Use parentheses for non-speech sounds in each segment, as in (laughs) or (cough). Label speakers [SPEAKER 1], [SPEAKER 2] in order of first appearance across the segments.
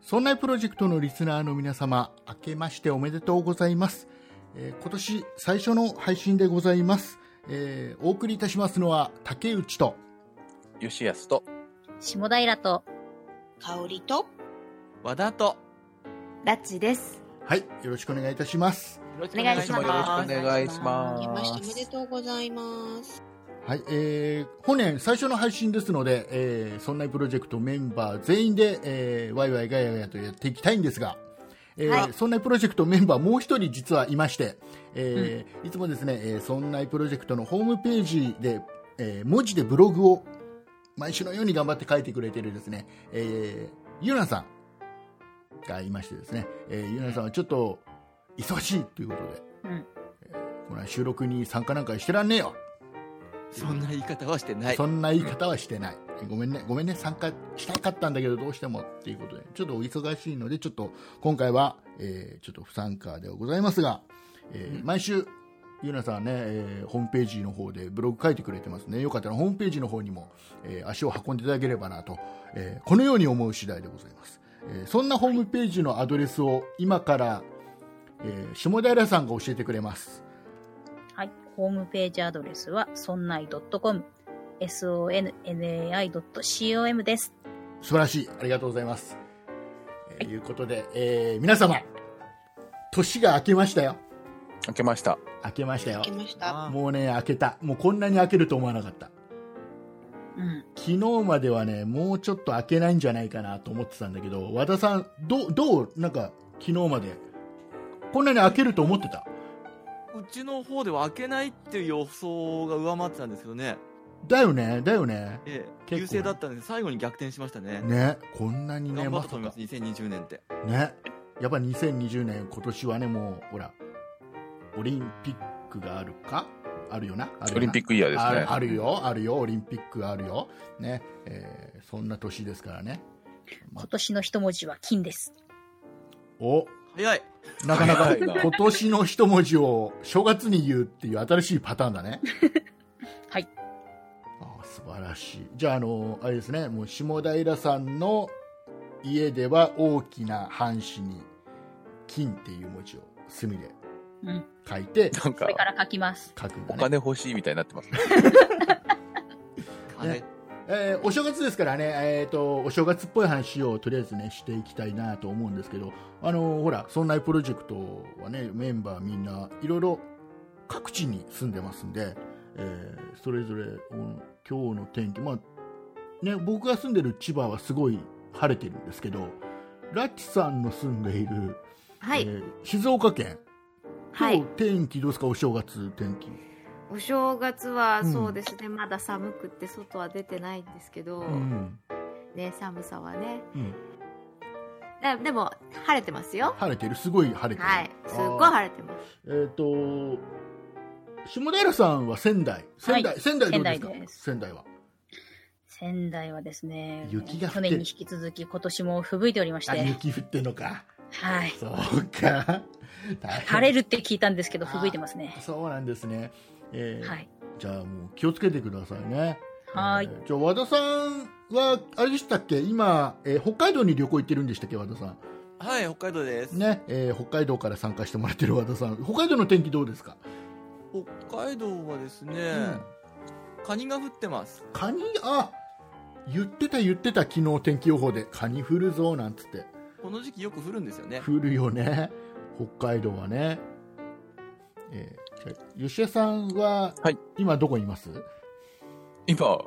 [SPEAKER 1] そんなプロジェクトのリスナーの皆様、明けましておめでとうございます。えー今年最初の配信でございます。えーお送りいたしますのは竹内と、
[SPEAKER 2] 吉安と
[SPEAKER 3] 下平と、
[SPEAKER 4] 香りと、
[SPEAKER 2] 和田とよ
[SPEAKER 5] ラッチです。
[SPEAKER 1] はい、よろしくお願いいたします。
[SPEAKER 2] ろし
[SPEAKER 5] くお願いします
[SPEAKER 2] よろしくお願いしま
[SPEAKER 4] 明けましておめ
[SPEAKER 2] す。
[SPEAKER 4] でとうございます。
[SPEAKER 1] はい、えー本年最初の配信ですので、えーそんなプロジェクトメンバー全員で、えーワイワイガヤガヤとやっていきたいんですが、えー
[SPEAKER 5] はい
[SPEAKER 1] そんなプロジェクトメンバーもう一人実はいまして、えーいつもですね、えーそんなプロジェクトのホームページで、えー文字でブログを毎週のように頑張って書いてくれてるですね、えーゆなさんがいましてですね、えーゆなさんはちょっと忙しいということで、
[SPEAKER 3] うん
[SPEAKER 1] えーこの収録に参加なんかしてらんねえよ
[SPEAKER 2] そんな言い方はしてない。
[SPEAKER 1] そんな言い方はしてない。ごめんね、ごめんね、参加したかったんだけど、どうしてもっていうことで、ちょっとお忙しいので、ちょっと今回は、えーちょっと不参加ではございますが、えー毎週、ゆうなさんはね、えーホームページの方でブログ書いてくれてますね。よかったら、ホームページの方にも、えー足を運んでいただければなと、えーこのように思う次第でございます。えーそんなホームページのアドレスを今から、えー下平さんが教えてくれます。
[SPEAKER 3] はい、ホームページアドレスは、そんない .com、sonnai.com です。
[SPEAKER 1] 素晴らしいありがとうございます、えーいうことで、えー皆様年が明けましたよ
[SPEAKER 2] 開けました。
[SPEAKER 1] 明けましたよ
[SPEAKER 4] 明けました。
[SPEAKER 1] もうね明けたもうこんなに明けると思わなかった
[SPEAKER 3] うん。
[SPEAKER 1] 昨日まではねもうちょっと明けないんじゃないかなと思ってたんだけど和田さんどうどうなんか昨日までこんなに明けると思ってた
[SPEAKER 6] うちの方では開けないっていう予想が上回ってたんですけどね、
[SPEAKER 1] だよねだよね
[SPEAKER 6] え
[SPEAKER 1] 結構
[SPEAKER 6] え、
[SPEAKER 1] ね
[SPEAKER 6] 優勢だったんです最後に逆転しましたね。
[SPEAKER 1] ねこんなにね
[SPEAKER 6] 頑張
[SPEAKER 1] ま
[SPEAKER 6] った
[SPEAKER 1] さ
[SPEAKER 6] と
[SPEAKER 1] か
[SPEAKER 6] 思います、2020年って。
[SPEAKER 1] ねやっぱ2020年今年はねもうほらオリンピックがあるかあるよなあるよな
[SPEAKER 2] オリンピックイヤーです
[SPEAKER 1] あ
[SPEAKER 2] ね。
[SPEAKER 1] るあるよ、あるよ、オリンピックあるよ、ねえーそんな年ですからね、
[SPEAKER 3] 今年の一文字は金です。
[SPEAKER 1] お
[SPEAKER 6] 早い
[SPEAKER 1] なかなか
[SPEAKER 2] 早いな
[SPEAKER 1] 今年の一文字を正月に言うっていう新しいパターンだね。
[SPEAKER 3] (laughs) はい
[SPEAKER 1] あー素晴らしい、じゃあ、あのあれですね、もう下平さんの家では大きな半紙に金っていう文字を墨で
[SPEAKER 3] うん。
[SPEAKER 1] 書いて
[SPEAKER 2] なん
[SPEAKER 3] こ
[SPEAKER 2] か
[SPEAKER 3] れ、から書きます。
[SPEAKER 1] 書くん
[SPEAKER 2] お
[SPEAKER 1] だね。
[SPEAKER 2] 金欲しいみたいになってますね。
[SPEAKER 6] 金
[SPEAKER 1] えーお正月ですからね、えーと、お正月っぽい話をとりあえずね、していきたいなと思うんですけど、あのーほら、そんなプロジェクトはね、メンバーみんないろいろ各地に住んでますんで、えーそれぞれ、うん今日の天気、まあ、ね、僕が住んでる千葉はすごい晴れてるんですけど、ラッチさんの住んでいる、
[SPEAKER 5] は
[SPEAKER 1] え
[SPEAKER 5] い。
[SPEAKER 1] ー静岡県、今
[SPEAKER 5] は
[SPEAKER 1] 日
[SPEAKER 5] い。
[SPEAKER 1] 天気どうですか、お正月天気。
[SPEAKER 5] お正月は
[SPEAKER 1] うん
[SPEAKER 5] そうですね、まだ寒くって外は出てないんですけど、
[SPEAKER 1] うん
[SPEAKER 5] ね、寒さはね。
[SPEAKER 1] うん
[SPEAKER 5] だでも、晴れてますよ。
[SPEAKER 1] 晴れてる、すごい晴れてる。
[SPEAKER 5] はい。すっごい
[SPEAKER 1] あー
[SPEAKER 5] 晴れてます。
[SPEAKER 1] えっ、と、下平さんは仙台。仙台、
[SPEAKER 3] はい
[SPEAKER 1] 仙台どうですか
[SPEAKER 3] 仙
[SPEAKER 1] 仙
[SPEAKER 3] 台
[SPEAKER 1] 台
[SPEAKER 3] です
[SPEAKER 1] は。
[SPEAKER 3] 仙台はですね、
[SPEAKER 1] 雪が降って
[SPEAKER 3] 去年に引き続き今年も吹雪いておりまし
[SPEAKER 1] あ、
[SPEAKER 3] て、
[SPEAKER 1] 雪降ってんのか。
[SPEAKER 3] はい。
[SPEAKER 1] そうか。大変
[SPEAKER 3] (laughs) 晴れるって聞いたんですけど、吹雪いてますね。
[SPEAKER 1] そうなんですね。えー
[SPEAKER 3] はい。
[SPEAKER 1] じゃあもう気をつけてくださいね。
[SPEAKER 3] はーい
[SPEAKER 1] え。ーじゃあ和田さんは、あれでしたっけ今、えー北海道に旅行行ってるんでしたっけ和田さ
[SPEAKER 6] はい、北海道です。
[SPEAKER 1] ん。ね、えー北海道から参加してもらってる和田さん。北海道の天気どうですか、
[SPEAKER 6] 北海道はですね、
[SPEAKER 1] うん
[SPEAKER 6] カニが降ってます。
[SPEAKER 1] カニ、あ、言ってた言ってた昨日天気予報で。カニ降るぞ、なんつって。
[SPEAKER 6] この時期よく降るんですよね。
[SPEAKER 1] 降るよね北海道はねえーじゃあ吉江さんは、
[SPEAKER 2] はい
[SPEAKER 1] 今どこにいます
[SPEAKER 2] 今、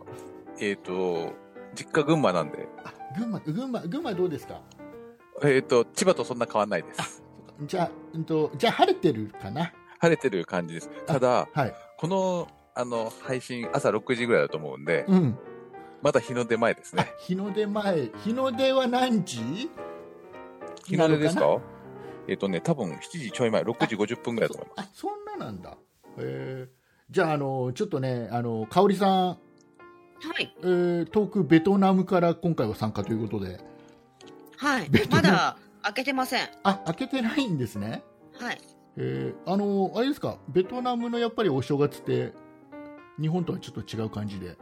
[SPEAKER 2] えっ、と、実家群馬なんで、
[SPEAKER 1] あ群馬群馬群馬どうですか
[SPEAKER 2] えっ、と、千葉とそんな変わんないです。
[SPEAKER 1] じゃあ、うんと、じゃあ晴れてるかな
[SPEAKER 2] 晴れてる感じです。ただ、
[SPEAKER 1] はい
[SPEAKER 2] この、あの、配信、朝6時ぐらいだと思うんで、
[SPEAKER 1] うん
[SPEAKER 2] まだ日の出前です
[SPEAKER 1] あ
[SPEAKER 2] ね。
[SPEAKER 1] 日の出前日の出は何時
[SPEAKER 2] 日の出です
[SPEAKER 1] なの
[SPEAKER 2] かえっ、とね、多分7時ちょい前、6時50分ぐらいだと思います。
[SPEAKER 1] あそんななんだえーじゃああのちょっとねあの香織さん、
[SPEAKER 4] はい。
[SPEAKER 1] えー遠くベトナムから今回は参加ということで
[SPEAKER 4] はい
[SPEAKER 1] ベトナ。ム
[SPEAKER 4] まだ開けてません。
[SPEAKER 1] あ開けてないんですね
[SPEAKER 4] はい。
[SPEAKER 1] えーあのあれですかベトナムのやっぱりお正月って日本とはちょっと違う感じで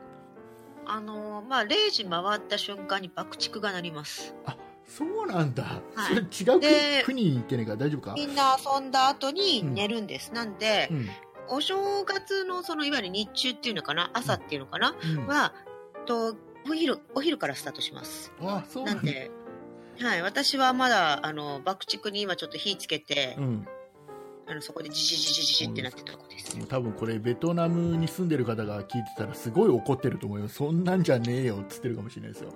[SPEAKER 4] あのーまあ、0時回った瞬間に爆竹が鳴ります。
[SPEAKER 1] あそうなんだ、
[SPEAKER 4] は
[SPEAKER 1] そ
[SPEAKER 4] い
[SPEAKER 1] れ違う
[SPEAKER 4] で
[SPEAKER 1] 国国に行ってねえから大丈夫か
[SPEAKER 4] みんな遊んだ後に寝るんです。なんで
[SPEAKER 1] う、ん
[SPEAKER 4] お正月のそのいわゆる日中っていうのかな、朝っていうのかな、
[SPEAKER 1] うん
[SPEAKER 4] は、と、お昼、お昼からスタートします。
[SPEAKER 1] あそう
[SPEAKER 4] なんで、はい、私はまだ、あの、爆竹に今ちょっと火つけて、
[SPEAKER 1] うん
[SPEAKER 4] あの、そこでジジジジジジってなってたとこです
[SPEAKER 1] も。う多分これベトナムに住んでる方が聞いてたらすごい怒ってると思いますそんなんじゃねえよっつってるかもしれないですよ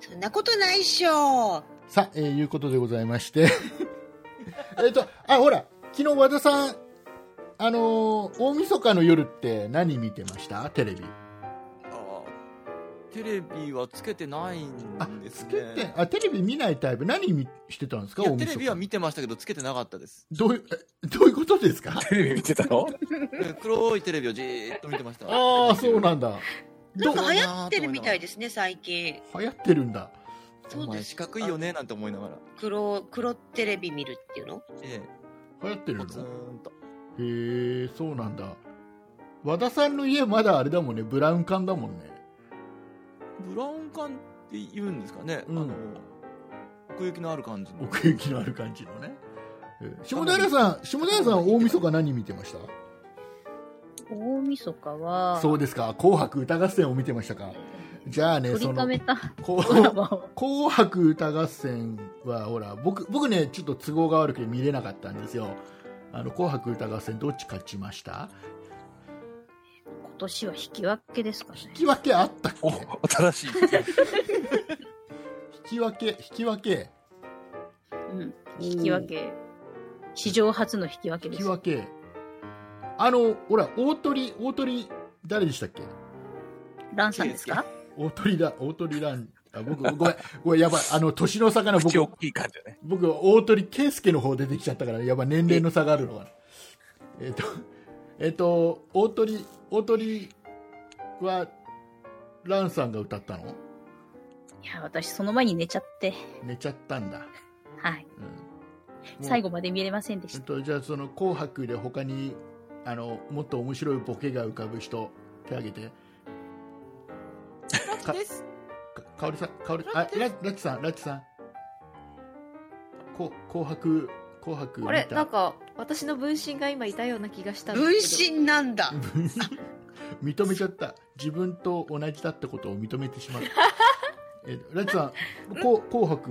[SPEAKER 4] そんなことないっしょ。
[SPEAKER 1] さあ、えーいうことでございまして (laughs) えっとあほら昨日和田さんあのー大晦日の夜って何見てましたテレビ
[SPEAKER 6] あーテレビはつけてない
[SPEAKER 1] あ
[SPEAKER 6] んです
[SPEAKER 1] つ
[SPEAKER 6] ね
[SPEAKER 1] けてあテレビ見ないタイプ何見してたんですか
[SPEAKER 6] いや
[SPEAKER 1] 大晦
[SPEAKER 6] テ
[SPEAKER 1] 日
[SPEAKER 6] レビは見てましたけどつけてなかったです
[SPEAKER 1] どういう (laughs) えどういうことです
[SPEAKER 6] (laughs)
[SPEAKER 1] か
[SPEAKER 2] テレビ見てたの
[SPEAKER 6] 黒いテレビをじーっと見てました
[SPEAKER 1] ああそうなんだ
[SPEAKER 4] なんか流
[SPEAKER 6] どう
[SPEAKER 4] 行ってるみたいですね、最近。
[SPEAKER 1] 流行ってるんだ
[SPEAKER 6] お
[SPEAKER 4] そう
[SPEAKER 6] 前
[SPEAKER 4] です
[SPEAKER 6] 四。角いよねなんて思いながら
[SPEAKER 4] 黒、黒テレビ見るっていうの
[SPEAKER 6] え
[SPEAKER 1] 流行って
[SPEAKER 6] え
[SPEAKER 1] る
[SPEAKER 6] ポ
[SPEAKER 1] の
[SPEAKER 6] ツンと
[SPEAKER 1] へえそうなんだ和田さんの家まだあれだもんねブラウン管だもんね
[SPEAKER 6] ブラウン管って言うんですかね、
[SPEAKER 1] うん
[SPEAKER 6] あの奥行きのある感じの
[SPEAKER 1] 奥行きのある感じのねえー下平さん下平さん大晦日何見てまし
[SPEAKER 3] 大晦日
[SPEAKER 1] た
[SPEAKER 3] は、
[SPEAKER 1] そうですか「紅白歌合戦」を見てましたかじゃあね
[SPEAKER 3] 取
[SPEAKER 1] そ
[SPEAKER 3] り
[SPEAKER 1] の
[SPEAKER 3] ためた
[SPEAKER 1] こ
[SPEAKER 3] コラボを。
[SPEAKER 1] 紅白歌合戦はほら僕僕ねちょっと都合が悪くて見れなかったんですよあの紅白歌合戦どっち勝ちました
[SPEAKER 3] 今年は引き分けですかね。
[SPEAKER 1] 引き分けあったっけ
[SPEAKER 2] お
[SPEAKER 1] 引、
[SPEAKER 2] 新しい。
[SPEAKER 1] き分け引き分け
[SPEAKER 3] うん。引き分け。史上初の引き分け
[SPEAKER 1] 引
[SPEAKER 3] で
[SPEAKER 1] き
[SPEAKER 3] す。
[SPEAKER 1] 分けあのほら大鳥大鳥誰でしたっけ
[SPEAKER 3] ランさんですか
[SPEAKER 1] 大鳥だ大鳥ランあ僕ごめんごめんやばいあの年の差かな僕
[SPEAKER 2] 口大きい感じだね。
[SPEAKER 1] 僕大鳥圭介の方出てきちゃったからやばい年齢の差があるのかなえっ、とえっ、と大鳥大鳥はランさんが歌ったの
[SPEAKER 3] いや、私その前に寝ちゃって。
[SPEAKER 1] 寝ちゃったんだ、
[SPEAKER 3] はい。
[SPEAKER 1] うんもう
[SPEAKER 3] 最後まで見れませんで
[SPEAKER 1] え
[SPEAKER 3] し。
[SPEAKER 1] ったと、じゃあその「紅白」で他にあのもっと面白いボケが浮かぶ人手挙げて
[SPEAKER 5] ラッキーです
[SPEAKER 1] かかおりさんかおりあララッチさんラッチさんこ紅白紅白見
[SPEAKER 5] あ
[SPEAKER 1] た
[SPEAKER 5] れなんか私の分身が今いたような気がしたん
[SPEAKER 4] 分
[SPEAKER 5] ですけ
[SPEAKER 4] 身なんだ。
[SPEAKER 1] 認めちゃった自分と同じだってことを認めてし
[SPEAKER 5] (laughs)
[SPEAKER 1] まったえラッチさんこう紅白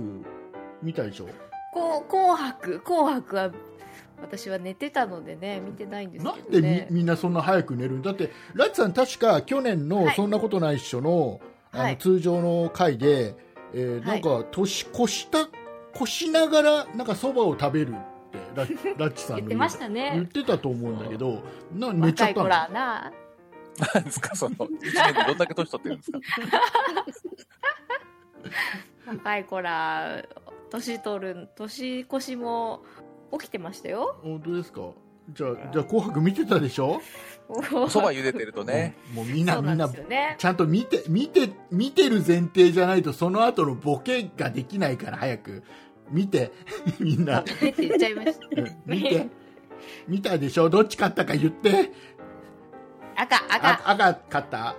[SPEAKER 1] 見たでしょ
[SPEAKER 5] どこう紅白紅白は私は寝てたのでね見てないんです
[SPEAKER 1] な
[SPEAKER 5] け
[SPEAKER 1] ん
[SPEAKER 5] ど
[SPEAKER 1] で
[SPEAKER 5] ね
[SPEAKER 1] みみんなそんな早く寝るんだってラッチさん確か去年の「
[SPEAKER 5] はい
[SPEAKER 1] そんなことないっしょの」あの
[SPEAKER 5] はい
[SPEAKER 1] 通常の回で、えー
[SPEAKER 5] はい
[SPEAKER 1] なんか年越した越しながらなんかそばを食べるってラッラッ (laughs) チさんの
[SPEAKER 5] 言ってました
[SPEAKER 1] 言っ
[SPEAKER 5] ね
[SPEAKER 1] てたと思うんだけどな寝ちゃっ
[SPEAKER 5] 若
[SPEAKER 1] た
[SPEAKER 5] い子
[SPEAKER 1] の
[SPEAKER 5] らな
[SPEAKER 2] なんですか、その、一年でどんだけ年取ってるんですか。
[SPEAKER 5] 若い子ら年取る年越しも起きてましたよ
[SPEAKER 1] 本当ですかじゃあじゃあ紅白見てたでしょ、
[SPEAKER 2] おそば茹でてる
[SPEAKER 1] (laughs)
[SPEAKER 2] とね。
[SPEAKER 1] もうもうみんな
[SPEAKER 5] (laughs) そう
[SPEAKER 1] み
[SPEAKER 5] なんん
[SPEAKER 1] な
[SPEAKER 5] ですよね
[SPEAKER 1] ちゃんと見て、見て、見てる前提じゃないと、その後のボケができないから、早く。見て、 (laughs) みん
[SPEAKER 5] (laughs)
[SPEAKER 1] な。
[SPEAKER 5] ねって言っちゃいました
[SPEAKER 1] うん見て。見たでしょどっち勝ったか言って。
[SPEAKER 5] 赤
[SPEAKER 1] あ
[SPEAKER 5] 赤
[SPEAKER 1] 赤勝った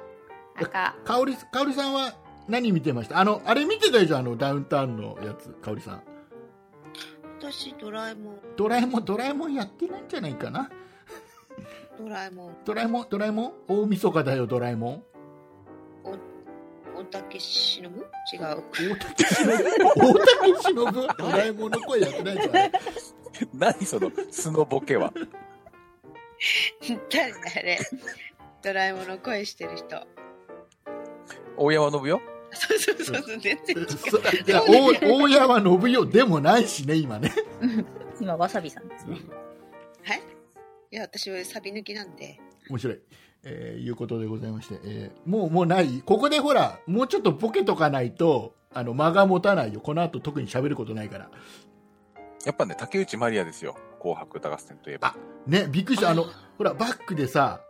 [SPEAKER 5] 赤
[SPEAKER 1] かおり、かおりさんは何見てましたあの、あれ見てたでしょあの、ダウンタウンのやつ、かおりさん。
[SPEAKER 4] 私、ドラえもん、
[SPEAKER 1] ドラえもん、ドラえもんやってないんじゃないかな
[SPEAKER 4] ドラえもん、
[SPEAKER 1] ドラえもん、ドラえもん大晦日だよ、ドラえもん。
[SPEAKER 4] 大竹しのぶ違う。
[SPEAKER 1] 大竹しのぶ大竹しのぶドラえもんの声やってないんじゃない
[SPEAKER 2] 何その、素のボケは。
[SPEAKER 4] 誰だれドラえもんの声してる人。
[SPEAKER 2] 大山信よ。
[SPEAKER 4] そうそうそうそう、全然違う。
[SPEAKER 1] そいや大大山信代でもないしね、今ね。
[SPEAKER 3] 今、わさびさんですね。
[SPEAKER 4] はいいや、私はサビ抜きなんで。
[SPEAKER 1] 面白い。えーいうことでございまして、えーもう、もうないここでほら、もうちょっとボケとかないと、あの、間が持たないよ。この後特に喋ることないから。
[SPEAKER 2] やっぱね、竹内まりやですよ。紅白歌合戦といえば。
[SPEAKER 1] ね、びっくりした。あの
[SPEAKER 4] あ、
[SPEAKER 1] ほら、バックでさ、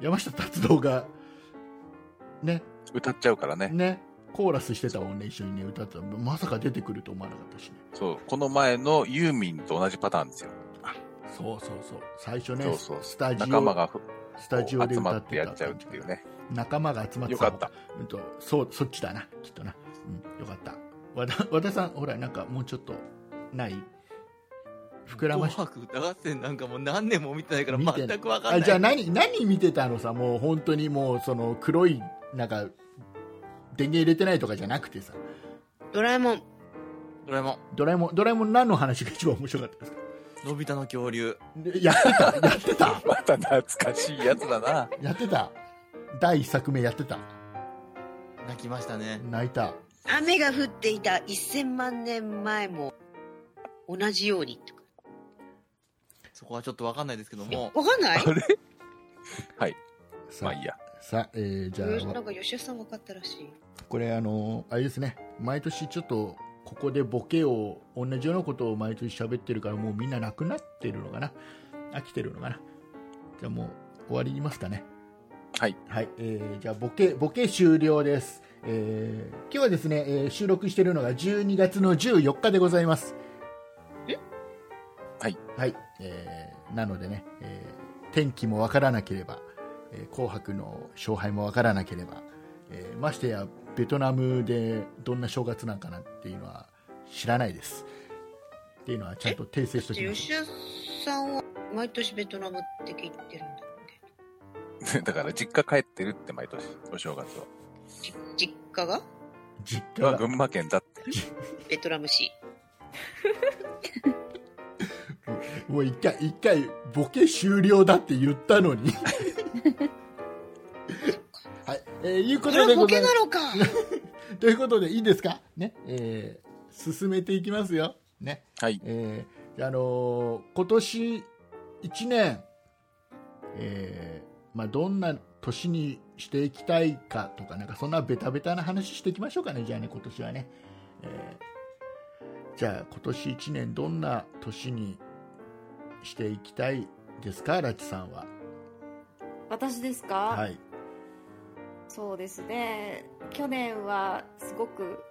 [SPEAKER 1] 山下達郎が、ね、
[SPEAKER 2] 歌っちゃうからね。
[SPEAKER 1] ね、コーラスしてたもんね、一緒にね、歌ってた。まさか出てくると思わなかったしね。
[SPEAKER 2] そう。この前のユーミンと同じパターンですよ。
[SPEAKER 1] そうそうそう。最初ね、
[SPEAKER 2] そうそう
[SPEAKER 1] スタジオ、
[SPEAKER 2] 仲間がふ
[SPEAKER 1] スタジオで
[SPEAKER 2] 集
[SPEAKER 1] 歌
[SPEAKER 2] ま
[SPEAKER 1] っ
[SPEAKER 2] ってて
[SPEAKER 1] た
[SPEAKER 2] やっちゃうっていうね。
[SPEAKER 1] 仲間が集まって
[SPEAKER 2] よ
[SPEAKER 1] た
[SPEAKER 2] か
[SPEAKER 1] の
[SPEAKER 2] った。
[SPEAKER 1] うんとそうそっちだなきっとな、うん、よかった和田和田さんほらなんかもうちょっとない膨らま
[SPEAKER 6] 紅
[SPEAKER 1] し
[SPEAKER 6] 白歌合戦なんかもう何年も見てないから
[SPEAKER 1] 見てない
[SPEAKER 6] 全く分かんな
[SPEAKER 1] あ
[SPEAKER 6] い。
[SPEAKER 1] じゃあ何何見てたのさもう本当にもうその黒いなんか電源入れてないとかじゃなくてさ
[SPEAKER 4] ドラえもん。
[SPEAKER 6] ドラえもん、
[SPEAKER 1] ドラえもんドラえもん何の話が一番面白かったですか
[SPEAKER 6] のび太の恐竜。
[SPEAKER 1] でやってたやってた
[SPEAKER 2] また懐かしいやつ
[SPEAKER 1] (laughs)
[SPEAKER 2] だな。
[SPEAKER 1] やってた第一作目やってた
[SPEAKER 6] 泣きましたね。
[SPEAKER 1] 泣いた
[SPEAKER 4] 雨が降っていた1000万年前も同じようにとか。
[SPEAKER 6] そこはちょっと分かんないですけども。
[SPEAKER 4] わかんない
[SPEAKER 2] あれ
[SPEAKER 1] さ,、
[SPEAKER 2] まあいいや。 (laughs)
[SPEAKER 1] さえーじゃ
[SPEAKER 4] うんな
[SPEAKER 1] あ
[SPEAKER 4] んか吉田さん分かったらしい。
[SPEAKER 1] これあのあれですね毎年ちょっとここでボケを同じようなことを毎年喋ってるからもうみんななくなってるのかな飽きてるのかなじゃあもう終わりますかね
[SPEAKER 2] はい。
[SPEAKER 1] はい、えーじゃあボケボケ終了です、えー今日はですね、えー収録しているのが12月の14日でございます
[SPEAKER 2] はい、
[SPEAKER 1] はいえーなのでね、えー天気もわからなければ、えー紅白の勝敗もわからなければ、えーましてやベトナムでどんな正月なんかなっていうのは知らないですっていうのはちゃんと訂正しておきま
[SPEAKER 4] 吉
[SPEAKER 1] す
[SPEAKER 4] 田さんは毎年ベトナムって聞いてるんだっけ
[SPEAKER 2] だから実家帰ってるって毎年、お正月は。
[SPEAKER 4] じ実家が
[SPEAKER 1] 実家
[SPEAKER 2] 今
[SPEAKER 1] が
[SPEAKER 2] 群馬県だって。
[SPEAKER 4] ベトナム市。
[SPEAKER 1] もう一回一回ボケ終了だって言ったの
[SPEAKER 4] (laughs)
[SPEAKER 1] にはい、えーいうこ
[SPEAKER 4] ことれ
[SPEAKER 1] で
[SPEAKER 4] は
[SPEAKER 1] ご
[SPEAKER 4] ボ
[SPEAKER 1] ざ
[SPEAKER 4] ケ
[SPEAKER 1] いま
[SPEAKER 4] な
[SPEAKER 1] す
[SPEAKER 4] のか
[SPEAKER 1] ということでいいですかね、えー進めていきますよね
[SPEAKER 2] はい。
[SPEAKER 1] えーであのー今年1年、えーまあ、どんな年にしていきたいかとかなんかそんなベタベタな話していきましょうかねじゃあね今年はね、えーじゃあ今年1年どんな年にしていきたいですかラチさんは
[SPEAKER 5] 私ですか、
[SPEAKER 1] はい
[SPEAKER 5] そうですね去年はすごく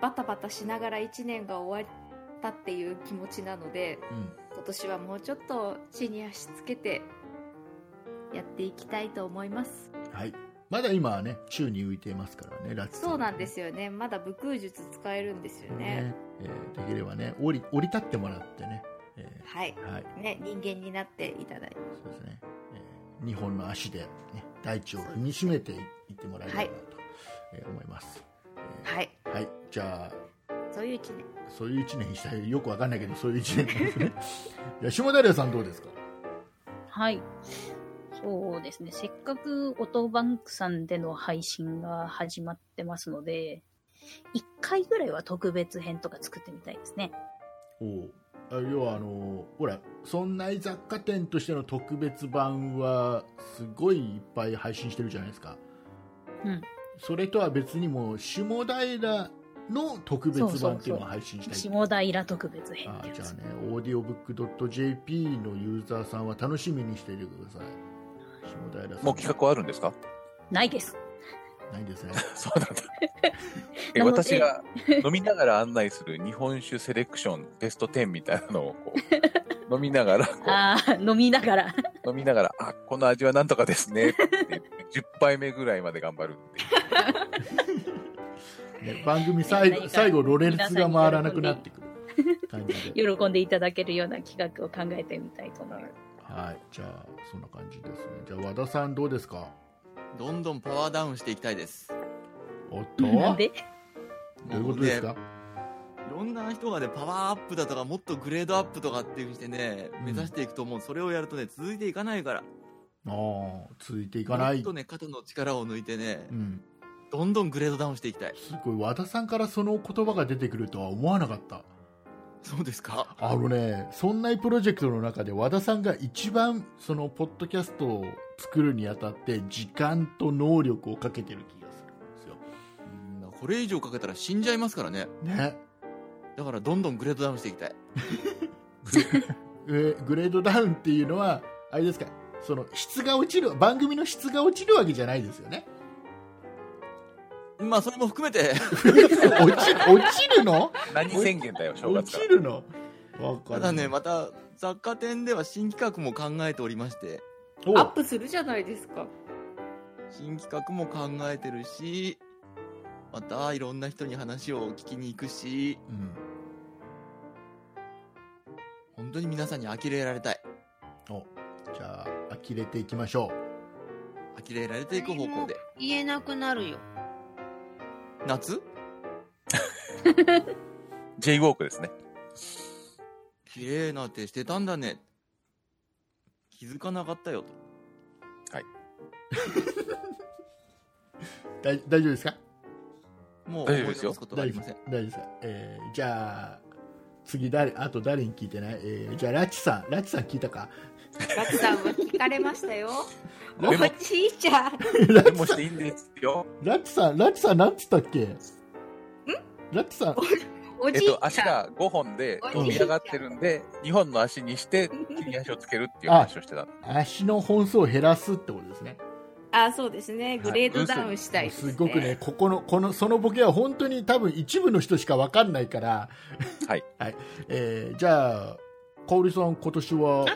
[SPEAKER 5] バタバタしながら1年が終わったっていう気持ちなので
[SPEAKER 1] うん
[SPEAKER 5] 今年はもうちょっと地に足つけてやっていきたいと思います
[SPEAKER 1] はいまだ今はね宙に浮いていますからねラチさん
[SPEAKER 5] そうなんですよねまだ武空術使えるんですよね
[SPEAKER 1] ねえーできればね降り降り立ってもらってね、え
[SPEAKER 5] はい
[SPEAKER 1] ーはい
[SPEAKER 5] ね人間になっていただいて
[SPEAKER 1] そうですね。えー二本の足で、ね、大地を踏みしめていってもらえればなと、えー思います。え
[SPEAKER 5] はい
[SPEAKER 1] ーはい。じゃあ、
[SPEAKER 5] そういう1年
[SPEAKER 1] そういう一年にしたい。よくわかんないけど、そういう一年なんです
[SPEAKER 3] (laughs)
[SPEAKER 1] ね。いや、下平さんどうですか
[SPEAKER 3] はい。そうですね。せっかくオトバンクさんでの配信が始まってますので、一回ぐらいは特別編とか作ってみたいですね。
[SPEAKER 1] おうあ要は、あのーほら、そんな雑貨店としての特別版は、すごいいっぱい配信してるじゃないですか。
[SPEAKER 3] うん。
[SPEAKER 1] それとは別にもう、下平の特別版っていうのを配信したいっていう
[SPEAKER 3] 下平特別編っ
[SPEAKER 1] あ
[SPEAKER 3] てや
[SPEAKER 1] じゃあ
[SPEAKER 3] つ。
[SPEAKER 1] ね、オーディオブックドット JP のユーザーさんは楽しみにしていてください。下平さん。
[SPEAKER 2] もう企画はあるんですか
[SPEAKER 3] ないです。
[SPEAKER 1] ないんですね。
[SPEAKER 2] そうなんだ。え
[SPEAKER 3] なので
[SPEAKER 2] 私が飲みながら案内する日本酒セレクションベスト10みたいなのをこう飲みながらこ
[SPEAKER 3] ああ、飲みながら。 (laughs)
[SPEAKER 2] う飲みながら、あ、この味はなんとかですねって言って、10杯目ぐらいまで頑張るっていう。
[SPEAKER 1] ね番組
[SPEAKER 3] (laughs)
[SPEAKER 1] 最
[SPEAKER 3] 何
[SPEAKER 1] 後、
[SPEAKER 3] か
[SPEAKER 1] 最後、ロレルツが回らなくなってくる感じで。
[SPEAKER 3] 喜んでいただけるような企画を考えてみたいと思います。
[SPEAKER 1] はい。じゃあ、そんな感じですね。じゃあ、和田さんどうですか
[SPEAKER 6] どんどんパワーダウンしていきたいです。
[SPEAKER 1] おっと
[SPEAKER 3] なんで
[SPEAKER 1] どういうことですか、
[SPEAKER 6] いろんな人がね、パワーアップだとか、もっとグレードアップとかっていうふうにしてね
[SPEAKER 1] う、ん
[SPEAKER 6] 目指していくと思う。それをやるとね、続いていかないから。
[SPEAKER 1] ああ、続いていかな
[SPEAKER 6] も
[SPEAKER 1] い
[SPEAKER 6] っと。ね、肩の力を抜いてね
[SPEAKER 1] う、ん。
[SPEAKER 6] どんどんグレードダウンしていきたい。
[SPEAKER 1] すごい、和田さんからその言葉が出てくるとは思わなかった。
[SPEAKER 6] そうですか
[SPEAKER 1] あのね、そんないプロジェクトの中で和田さんが一番そのポッドキャストを作るにあたって時間と能力をかけてる気がするんですよ。
[SPEAKER 6] うんこれ以上かけたら死んじゃいますからね。 (laughs)
[SPEAKER 1] ね。
[SPEAKER 6] だからどんどんグレードダウンしていきたい。
[SPEAKER 1] えグレードダウンっていうのは、あれですか、その質が落ちる、番組の質が落ちるわけじゃないですよね。 (laughs)
[SPEAKER 6] まあ、それも含めて、
[SPEAKER 1] 落ちる、落ちるの
[SPEAKER 2] 何宣言だよ、正
[SPEAKER 1] 落
[SPEAKER 2] 月か
[SPEAKER 1] ちるのわか
[SPEAKER 6] た
[SPEAKER 1] る
[SPEAKER 6] だね、また、雑貨店では新企画も考えておりまして、
[SPEAKER 1] お
[SPEAKER 5] アップするじゃないですか
[SPEAKER 6] 新企画も考えてるし、またいろんな人に話を聞きに行くし、
[SPEAKER 1] うん。
[SPEAKER 6] 本当に皆さんに呆れられたい。
[SPEAKER 1] お、じゃあ、呆れていきましょ
[SPEAKER 6] 呆れられていく方向で。
[SPEAKER 4] 言えなくなるよ。
[SPEAKER 6] 夏
[SPEAKER 2] J ウォークですね。
[SPEAKER 6] 綺麗な手してたんだね。気づかなかったよと。
[SPEAKER 1] う。だい大丈夫ですか
[SPEAKER 6] もう
[SPEAKER 2] 大丈夫ですよ
[SPEAKER 6] 思い残ことはあ
[SPEAKER 1] 大
[SPEAKER 6] り
[SPEAKER 1] 丈夫
[SPEAKER 6] ま
[SPEAKER 1] で
[SPEAKER 6] せ
[SPEAKER 1] す大
[SPEAKER 6] ん。。
[SPEAKER 1] 丈夫です。えー、じゃあ、次誰、あと誰に聞いてないえー、じゃあ、ラチさん。ラチさん聞いたか
[SPEAKER 5] ガチさんは聞かれましたよ。
[SPEAKER 2] で
[SPEAKER 5] お
[SPEAKER 2] も、
[SPEAKER 5] じいちゃん。
[SPEAKER 1] ラ
[SPEAKER 2] で
[SPEAKER 1] チ
[SPEAKER 2] も
[SPEAKER 1] さ
[SPEAKER 2] し
[SPEAKER 1] ん
[SPEAKER 2] ていいんですよ。
[SPEAKER 1] ラチさん、ラチさん、なんつったっけんラチさん、
[SPEAKER 5] お
[SPEAKER 2] えっ
[SPEAKER 5] じいちゃん。
[SPEAKER 2] と、足が5本で飛び上がってるんで、2本の足にして、切り足をつけるっていう話をしてたの。
[SPEAKER 1] 足の本数を減らすってことですね。
[SPEAKER 5] あ、そうですね。グレードダウンしたいです、ね
[SPEAKER 1] すごくね、ここの、この、そのボケは本当に多分一部の人しかわかんないから。
[SPEAKER 2] はい。
[SPEAKER 1] (laughs) はい。えー、じゃあ、香織さん、今年は、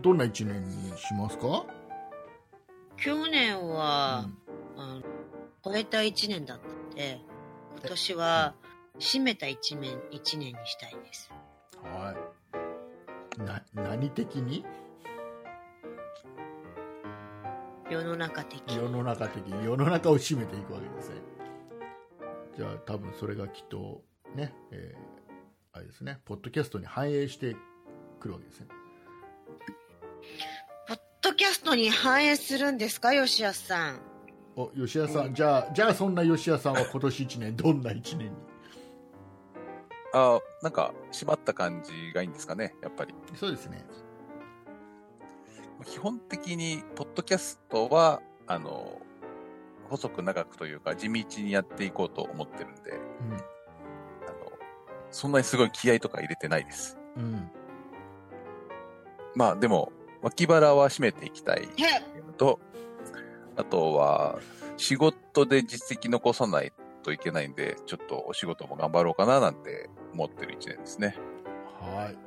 [SPEAKER 1] どんな一年にしますか
[SPEAKER 4] 去年
[SPEAKER 1] う
[SPEAKER 4] は
[SPEAKER 1] ん、
[SPEAKER 4] あの超えた一年だったんで、今年は、締めた一年、一年にしたいです。
[SPEAKER 1] はい。な、何的に
[SPEAKER 4] 世の中的。
[SPEAKER 1] 世の中的に、世の中を占めていくわけですね。じゃあ、多分それがきっと、ね、えー、あれですね、ポッドキャストに反映してくるわけですね。
[SPEAKER 4] ポッドキャストに反映するんですか、吉安さん。
[SPEAKER 1] お、吉谷さん、じゃあ、じゃあそんな吉谷さんは今年一年、どんな一年に
[SPEAKER 2] ああ、なんか、締まった感じがいいんですかね、やっぱり。
[SPEAKER 1] そうですね。
[SPEAKER 2] 基本的に、ポッドキャストは、あの、細く長くというか、地道にやっていこうと思ってるんで、
[SPEAKER 1] うん。
[SPEAKER 2] あの、そんなにすごい気合とか入れてないです。
[SPEAKER 1] うん、
[SPEAKER 2] まあでも、脇腹は締めていきたい
[SPEAKER 4] へ
[SPEAKER 2] と、あとは、仕事で実績残さないといけないんで、ちょっとお仕事も頑張ろうかななんて思ってる一年ですね。
[SPEAKER 1] はい。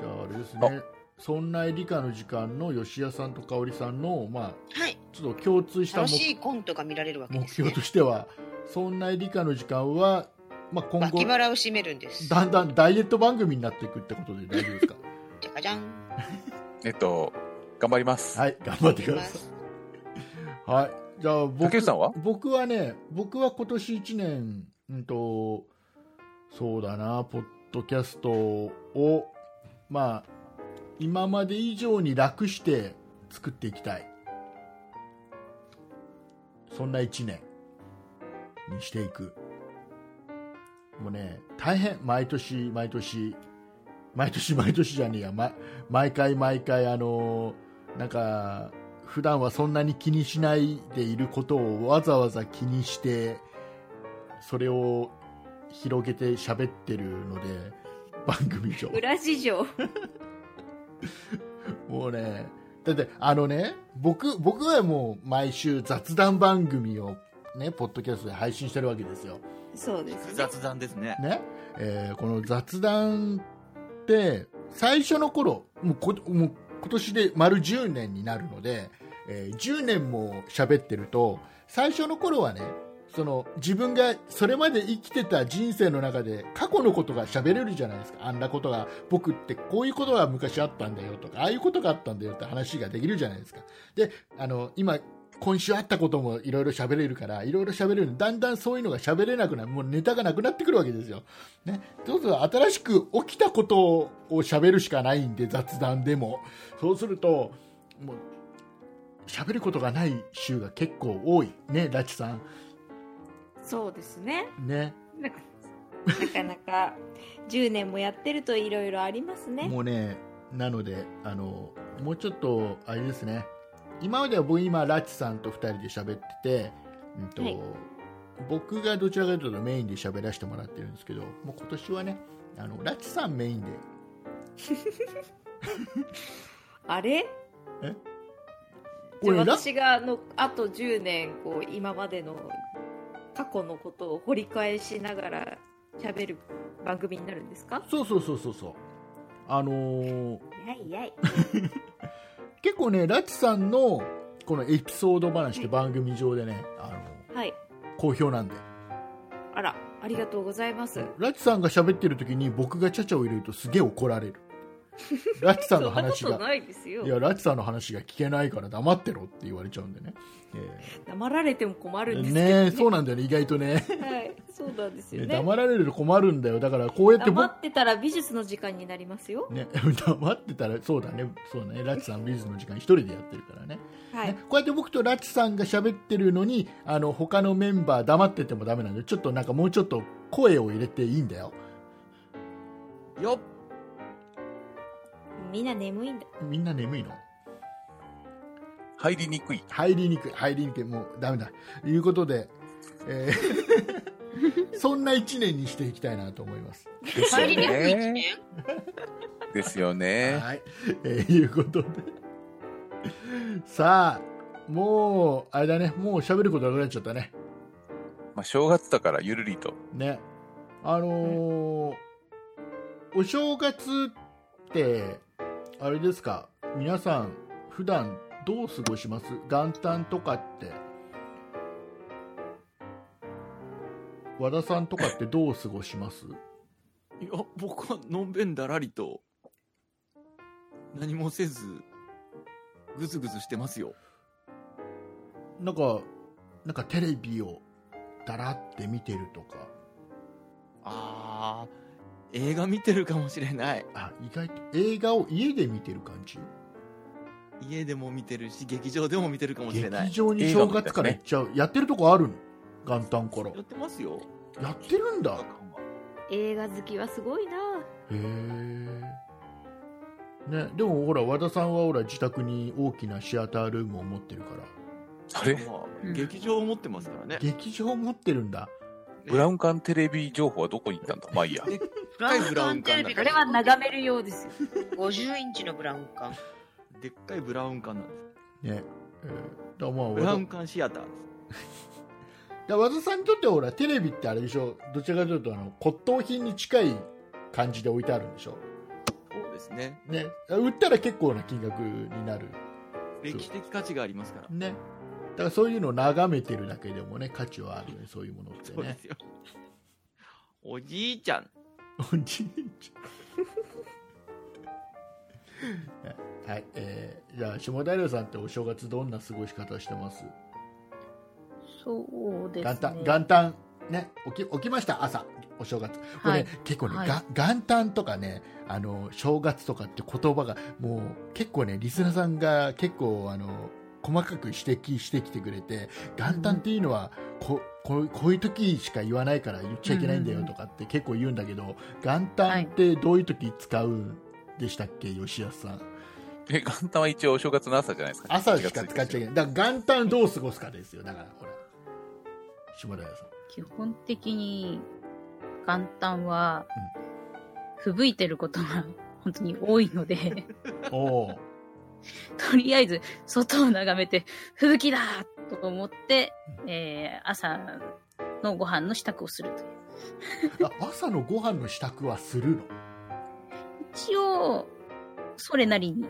[SPEAKER 1] じゃああれですね。そんな理科の時間の吉谷さんと香織さんの、まあ、
[SPEAKER 4] はい。
[SPEAKER 1] ちょっと共通した
[SPEAKER 4] 楽
[SPEAKER 1] 目
[SPEAKER 4] しいコントが見られるわけ
[SPEAKER 1] 目
[SPEAKER 4] です、ね
[SPEAKER 1] 標と。しては、そんな理科の時間は、まあ、今後
[SPEAKER 4] 脇、腹を締めるんです。
[SPEAKER 1] だんだんダイエット番組になっていくってことで大丈夫ですか
[SPEAKER 4] じゃかじゃん。
[SPEAKER 2] えっと、頑張ります。
[SPEAKER 1] はい、頑張ってください。はい。じゃあ
[SPEAKER 2] 竹
[SPEAKER 1] 僕
[SPEAKER 2] 内さんは
[SPEAKER 1] 僕はね、僕は今年1年、うんと、そうだな、ポッドキャストを、まあ、今まで以上に楽して作っていきたい。そんな1年にしていく。もうね、大変、毎年、毎年、毎年、毎年じゃねえや、ま、毎回、毎回、あのーなんか、普段はそんなに気にしないでいることをわざわざ気にして、それを広げて喋ってるので、番組上。
[SPEAKER 5] 裏事情。
[SPEAKER 1] もうね、だってあのね、僕、僕はもう毎週雑談番組をね、ポッドキャストで配信してるわけですよ。
[SPEAKER 5] そうですね。
[SPEAKER 6] 雑談ですね。
[SPEAKER 1] ね。えーこの雑談って、最初の頃、もうこ、もう今年で丸10年になるので、えー10年も喋ってると、最初の頃はね、その自分がそれまで生きてた人生の中で過去のことが喋れるじゃないですか。あんなことが、僕ってこういうことが昔あったんだよとか、ああいうことがあったんだよって話ができるじゃないですか。で、あの、今、今週あったこともいろいろ喋れるから、いろいろ喋れる。だんだんそういうのが喋れなくなる。もうネタがなくなってくるわけですよ。ね。そうすると新しく起きたことを喋るしかないんで、雑談でも。そうすると、もう、喋ることがない週が結構多い。ね、ラチさん。
[SPEAKER 5] そうですね。
[SPEAKER 1] ね。
[SPEAKER 5] なかなか10年もやってるといろいろありますね。
[SPEAKER 1] もうね、なので、あの、もうちょっと、あれですね。今までは僕今、ラチさんと2人で喋ってて、うんと
[SPEAKER 5] はい
[SPEAKER 1] 僕がどちらかというとメインで喋らせてもらってるんですけど、もう今年はね、あの、ラチさんメインで、
[SPEAKER 5] あれ
[SPEAKER 1] え
[SPEAKER 5] じゃあ
[SPEAKER 1] 俺ら
[SPEAKER 5] 私があのあと10年こう今までの過去のことを掘り返しながら喋る番組になるんですか
[SPEAKER 1] そうそうそうそうそう。あのー
[SPEAKER 5] やいやい。
[SPEAKER 1] 結構ね、ラチさんの、このエピソード話って番組上でね、あの、
[SPEAKER 5] はい。
[SPEAKER 1] 好評なんで。
[SPEAKER 5] あら、ありがとうございます。
[SPEAKER 1] ラチさんが喋ってる時に僕がチャチャを入れるとすげえ怒られるラチさんの話
[SPEAKER 5] (laughs) そんなこと
[SPEAKER 1] が
[SPEAKER 5] ないですよ
[SPEAKER 1] い。やラチさんの話が聞けないから黙ってろって言われちゃうんでね、え
[SPEAKER 5] 黙られても困るん
[SPEAKER 1] ー
[SPEAKER 5] で (laughs) すけどね。
[SPEAKER 1] ねえそうなんだよね意外とね
[SPEAKER 5] はい、そうなんですよ
[SPEAKER 1] ね
[SPEAKER 5] (laughs) ね。
[SPEAKER 1] 黙られると困るんだよだからこうやって
[SPEAKER 5] 黙
[SPEAKER 1] 僕
[SPEAKER 5] ってたら美術の時間になりますよ。
[SPEAKER 1] ね、 (laughs) 黙ってたらそうだねそうねラチさん美術の時間一人でやってるからね,、
[SPEAKER 5] はい
[SPEAKER 1] ね。こうやって僕とラチさんが喋ってるのにあの他のメンバー黙っててもダメなんでちょっとなんかもうちょっと声を入れていいんだよ
[SPEAKER 6] よっ
[SPEAKER 5] みんな眠いんだ。
[SPEAKER 1] みんな眠いの
[SPEAKER 2] 入りにくい。
[SPEAKER 1] 入りにくい入りにくいもうダメだということで、えー (laughs) そんな1年にしていきたいなと思います、
[SPEAKER 2] ですよ
[SPEAKER 4] 入りにくい一年
[SPEAKER 2] ね。ですよね。
[SPEAKER 1] はい、えーいうことでさあもうあれだねもう喋ることなくなっちゃったね
[SPEAKER 2] まあ、正月だからゆるりと。
[SPEAKER 1] ねあのーお正月ってあれですか皆さん普段どう過ごします元旦とかって和田さんとかってどう過ごします
[SPEAKER 6] いや、僕はのんべんだらりと、何もせず、ぐずぐずしてますよ。
[SPEAKER 1] なんかなんかテレビをだらって見てるとか
[SPEAKER 6] あー、映画見てるかもしれない。
[SPEAKER 1] あ意外と映画を家で見てる感じ
[SPEAKER 6] 家でも見てるし、劇場でも見てるかもしれな
[SPEAKER 1] 劇
[SPEAKER 6] い。
[SPEAKER 1] 場に正月から行っちゃう、やってるとこあるの元旦から
[SPEAKER 6] やってますよ。
[SPEAKER 1] やってるんだ
[SPEAKER 5] 映画好きはすごいな。
[SPEAKER 1] へえ、ね、でもほら和田さんはほら自宅に大きなシアタールームを持ってるから
[SPEAKER 2] あれ
[SPEAKER 6] ま
[SPEAKER 3] う
[SPEAKER 6] あ、
[SPEAKER 3] ん
[SPEAKER 6] 劇場を持ってますからね。
[SPEAKER 1] 劇場持ってるんだ
[SPEAKER 2] ブラウン管テレビ情報はどこに行ったんだまあいいや。
[SPEAKER 4] ブラウン管テレビ
[SPEAKER 3] こ
[SPEAKER 4] が
[SPEAKER 3] れは眺めるようですよ。
[SPEAKER 4] 50インチのブラウン管。
[SPEAKER 6] でっかいブラウン管なんです。
[SPEAKER 1] ねえーだからまあ
[SPEAKER 6] ブラ
[SPEAKER 1] 和
[SPEAKER 6] ウン
[SPEAKER 1] 田
[SPEAKER 6] 管シアターです。
[SPEAKER 1] だ和田さんにとってはほらテレビってあれでしょどちらかというとあの骨董品に近い感じで置いてあるんでしょ
[SPEAKER 6] そうですね。
[SPEAKER 1] ね売ったら結構な金額になる
[SPEAKER 6] 歴史的価値がありますから。
[SPEAKER 1] ねだからそういうのを眺めてるだけでもね価値はあるよねそういうものって
[SPEAKER 6] そうで
[SPEAKER 1] ね
[SPEAKER 6] すよ。おじいちゃん。
[SPEAKER 1] おじいちゃん (laughs) はい、えー、じゃあ下平さんってお正月どんな過ごし方してます
[SPEAKER 3] そうです
[SPEAKER 1] 元
[SPEAKER 3] ね。
[SPEAKER 1] 旦元旦ね起き起きました朝お正月これ、
[SPEAKER 3] はい
[SPEAKER 1] 結構ね、
[SPEAKER 3] はい
[SPEAKER 1] が元旦とかねあの正月とかって言葉がもう結構ねリスナーさんが結構あの細かく指摘してきてくれて元旦っていうのはこここういう時しか言わないから言っちゃいけないんだよとかって結構言うんだけど元旦ってどういう時使うんでしたっけ吉安さん
[SPEAKER 2] え、元旦は一応お正月の朝じゃないですか。
[SPEAKER 1] 朝しか使っちゃいけないだから元旦どう過ごすかですよだからほら下平さん
[SPEAKER 3] 基本的に元旦は、ふぶいてることが (laughs) 本当に多いので、 (laughs)
[SPEAKER 1] お (laughs) ー
[SPEAKER 3] とりあえず外を眺めて、吹雪だと思って、えー朝のご飯の支度をするという。
[SPEAKER 1] あ朝のご飯の支度はするのい
[SPEAKER 3] 一応、それなりに。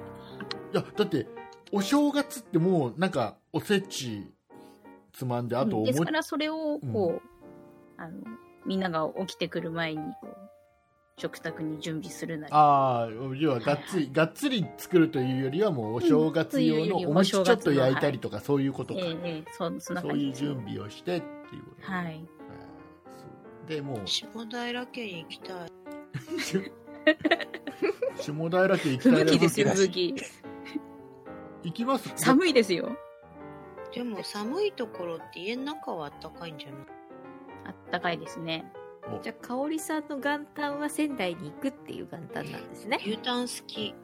[SPEAKER 1] やだってお正月ってもうなんかおせちつまんであとお
[SPEAKER 3] です
[SPEAKER 1] も
[SPEAKER 3] からそれを、こう、あの、みんなが起きてくる前に、こう、食卓に準備するなり。
[SPEAKER 1] ああ要はがっつりがっつり作るというよりはもうお正月用の
[SPEAKER 3] うんというよりは
[SPEAKER 1] お餅ちょっと焼いたりとかそういうこと
[SPEAKER 3] え
[SPEAKER 1] か、
[SPEAKER 3] えええそう、そんな
[SPEAKER 1] そう
[SPEAKER 3] 感じ
[SPEAKER 1] いう
[SPEAKER 3] ですね
[SPEAKER 1] 準備をしてっていうこと
[SPEAKER 3] はい
[SPEAKER 1] (laughs)
[SPEAKER 3] い。
[SPEAKER 1] そうでもう
[SPEAKER 4] 下平家に行きたい。
[SPEAKER 1] 下平家行きたいな
[SPEAKER 3] 吹雪ですよ、
[SPEAKER 2] 吹
[SPEAKER 3] 吹雪。
[SPEAKER 1] 行きます
[SPEAKER 3] 寒いですよ。
[SPEAKER 4] でも寒いところって家の中は暖かいんじゃない
[SPEAKER 3] あったかいですね。
[SPEAKER 5] (laughs) じゃあ、かおりさんの元旦は仙台に行くっていう元旦なんですね。
[SPEAKER 4] 牛タン好き。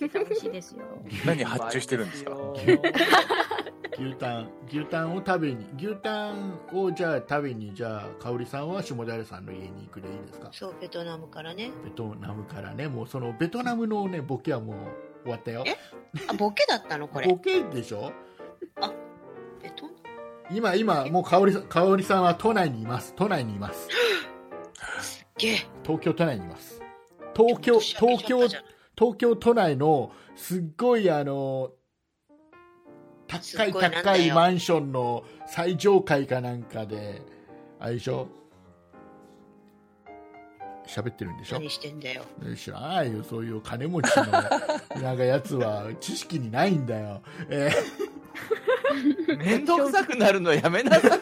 [SPEAKER 3] 美味しいですよ。
[SPEAKER 2] 何発注してるん
[SPEAKER 6] (laughs)
[SPEAKER 2] ですか
[SPEAKER 1] 牛タン牛タンを食べに牛タンをじゃあ食べにじゃあ香織さんは下平さんの家に行くでいいですか
[SPEAKER 4] そう、ベトナムからね。
[SPEAKER 1] ベトナムからねもうそのベトナムのねボケはもう終わったよ
[SPEAKER 4] えあ、ボケだったのこれ
[SPEAKER 1] ボ。ケでしょ
[SPEAKER 4] ベトナ
[SPEAKER 1] 今今もう香織さん香織さんは都内にいます都内にいます
[SPEAKER 4] ゲ
[SPEAKER 1] 東京都内にいます東京東京東京都内のすっごいあの
[SPEAKER 4] す
[SPEAKER 1] 高
[SPEAKER 4] っ
[SPEAKER 1] い
[SPEAKER 4] ごいなんだよ
[SPEAKER 1] 高いマンションの最上階かなんかであれでしょ喋ってるんでしょ
[SPEAKER 4] 何してんだよ。
[SPEAKER 1] 知らないよ、そういう金持ちのなんかやつは知識にないんだよ。え
[SPEAKER 6] めんどくさくなるのやめなさいよ。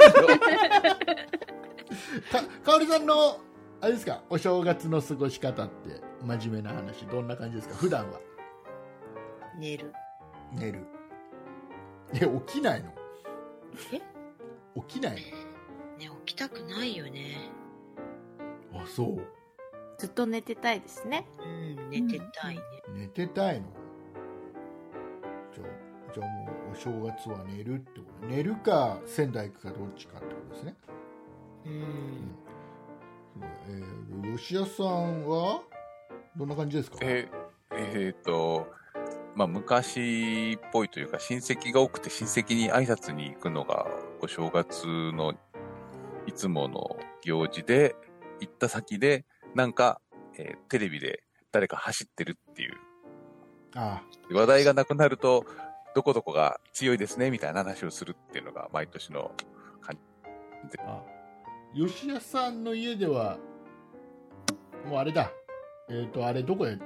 [SPEAKER 1] ーか、かおりさんの、あれですか、お正月の過ごし方って、真面目な話、どんな感じですか普段は。
[SPEAKER 4] 寝る。
[SPEAKER 1] 寝る。え、起きないの
[SPEAKER 4] え
[SPEAKER 1] 起きない
[SPEAKER 4] ね、起きたくないよね。
[SPEAKER 1] のあ、そう。
[SPEAKER 5] ずっと寝てたいですね。
[SPEAKER 4] うん、寝てたいね。
[SPEAKER 1] 寝てたいのじゃあ、じゃあもう、お正月は寝るってこと。寝るか、仙台行くかどっちかってことですね。
[SPEAKER 4] うん。
[SPEAKER 1] えー、ロシアさんは、どんな感じですか
[SPEAKER 2] ええーと、まあ、昔っぽいというか、親戚が多くて親戚に挨拶に行くのが、お正月のいつもの行事で、行った先で、なんか、えーテレビで誰か走ってるっていう、
[SPEAKER 1] あ
[SPEAKER 2] 話題がなくなると、どこどこが強いですね、みたいな話をするっていうのが、毎年の感じで。
[SPEAKER 1] あ吉田さんの家ではもうあれだえっ、とあれどこで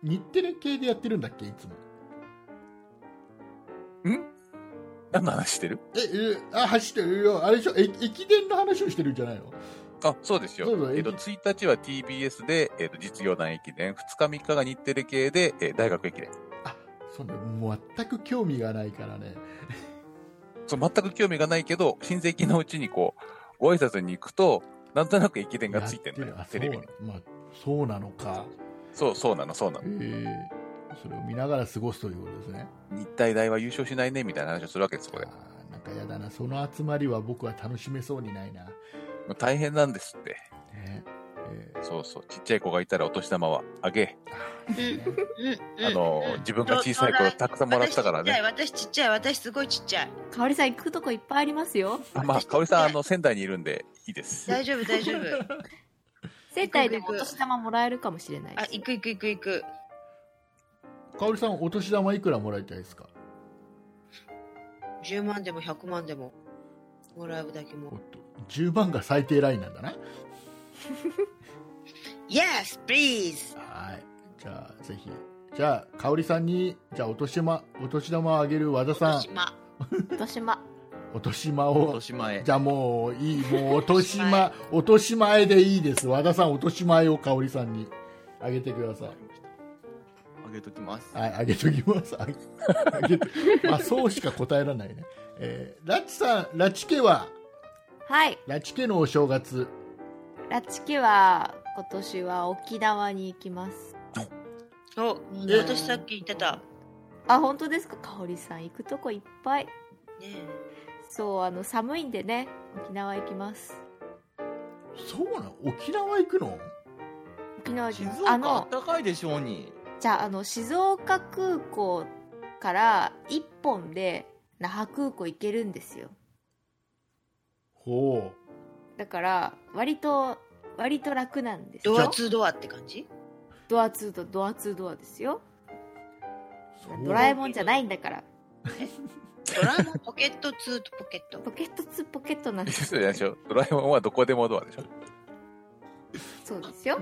[SPEAKER 1] に日テレ系でやってるんだっけいつも
[SPEAKER 2] 何の話してる
[SPEAKER 1] ええあ走ってるよあれでしょえ駅伝の話をしてるんじゃないの
[SPEAKER 2] あ、そうですよ。
[SPEAKER 1] そうそう
[SPEAKER 2] えっと、1日は TBS で、えっと、実業団駅伝、2日3日が日テレ系で、えー大学駅伝。
[SPEAKER 1] あそうねもう全く興味がないからね
[SPEAKER 2] そう、全く興味がないけど、親戚のうちにこう、ご挨拶に行くと、なんとなく駅伝がついてんだよ
[SPEAKER 1] やっ、
[SPEAKER 2] テレビに。
[SPEAKER 1] そう,、まあ、そうなのか
[SPEAKER 2] そう、そうなの、そうな
[SPEAKER 1] え
[SPEAKER 2] の。
[SPEAKER 1] ーそれを見ながら過ごすということですね
[SPEAKER 2] 日体大は優勝しないね、みたいな話をするわけです、これ。
[SPEAKER 1] あーなんかやだなその集まりは僕は楽しめそうにないな、
[SPEAKER 2] もう大変なんですって。
[SPEAKER 1] ねえ
[SPEAKER 2] そうそう、ちっちゃい子がいたらお年玉はあげ。
[SPEAKER 1] ーね
[SPEAKER 4] うん。
[SPEAKER 2] あの、自分が小さい頃たくさんもらったからね。
[SPEAKER 4] 私ちっちゃい、私ちっちゃい、私すごいちっちゃい。
[SPEAKER 5] かおりさん行くとこいっぱいありますよ。
[SPEAKER 2] あまあ、かおりさん、あの、仙台にいるんで、いいです。
[SPEAKER 4] 大丈夫、大丈夫。
[SPEAKER 5] 仙台でもお年玉もらえるかもしれない
[SPEAKER 4] あ、
[SPEAKER 5] です
[SPEAKER 4] 行。く行く行く行く。
[SPEAKER 1] かおりさんお年玉いくらもらいたいですか
[SPEAKER 4] 10万でも100万でも、もらうだけ
[SPEAKER 1] お
[SPEAKER 4] も
[SPEAKER 1] っ。と10万が最低ラインなんだな
[SPEAKER 4] Yes, please!
[SPEAKER 1] はいじゃあぜひじゃあ香織さんにじゃあお年,、ま、お年玉をあげる和田さん
[SPEAKER 4] 島。
[SPEAKER 5] お年玉。
[SPEAKER 1] お年玉
[SPEAKER 6] お
[SPEAKER 1] を
[SPEAKER 6] しまい
[SPEAKER 1] じ。ゃあもういいもうお年
[SPEAKER 4] お年
[SPEAKER 1] まお年前でいいです和田さんお年前を香織さんにあげてください
[SPEAKER 6] あげときます。
[SPEAKER 1] はい、あげときます。あげあげとまあ、そうしか答えられないね。えー、ラチさん、ラチ家は、
[SPEAKER 5] はい。
[SPEAKER 1] ラチ家のお正月、
[SPEAKER 5] ラッチ家は今年は沖縄に行きます。
[SPEAKER 4] お、
[SPEAKER 3] え
[SPEAKER 4] 私さっき言ってた。
[SPEAKER 5] あ、本当ですかかおりさん行くとこいっぱい。
[SPEAKER 4] ね
[SPEAKER 5] そう、あの、寒いんでね、沖縄行きます。
[SPEAKER 1] そうなの沖縄行くの
[SPEAKER 5] 沖縄行き
[SPEAKER 6] 静
[SPEAKER 5] ます。あ
[SPEAKER 6] 岡あ
[SPEAKER 5] の
[SPEAKER 6] っ、たかいでしょうに。
[SPEAKER 5] じゃあ、あの、静岡空港から一本で那覇空港行けるんですよ。
[SPEAKER 1] ほう。
[SPEAKER 5] だから、割と、割と楽なんですよ。
[SPEAKER 4] ドア2ドアって感じ
[SPEAKER 5] ドア2ドア、ドア2ドアですよ。
[SPEAKER 1] そう
[SPEAKER 5] ドラえもんじゃないんだから。
[SPEAKER 4] ドラえもんポケット2とポケット。
[SPEAKER 5] ポケット2ポケットなんです
[SPEAKER 2] そうでしょドラえもんはどこでもドアでしょ
[SPEAKER 5] そうですよ。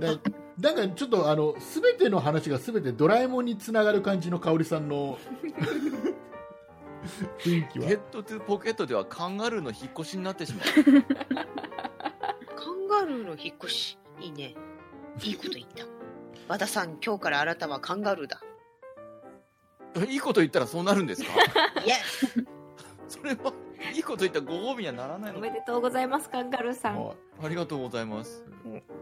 [SPEAKER 1] だなんかちょっとあの全ての話が全てドラえもんにつながる感じの香織さんの雰囲気
[SPEAKER 6] ゲ
[SPEAKER 1] は
[SPEAKER 6] ットトゥポケットではカンガルーの引っ越しになってしまう。
[SPEAKER 4] カンガルーの引っ越し。いいね。いいこと言った。和田さん、今日からあなたはカンガルーだ。
[SPEAKER 1] (laughs)
[SPEAKER 6] いいこと言ったらそうなるんですか (laughs)
[SPEAKER 4] Yes!
[SPEAKER 6] それは、いいこと言ったらご褒美にはならない
[SPEAKER 5] お
[SPEAKER 6] の
[SPEAKER 5] めでとうございます、カンガルーさん。
[SPEAKER 1] はい
[SPEAKER 6] ありがとうございます。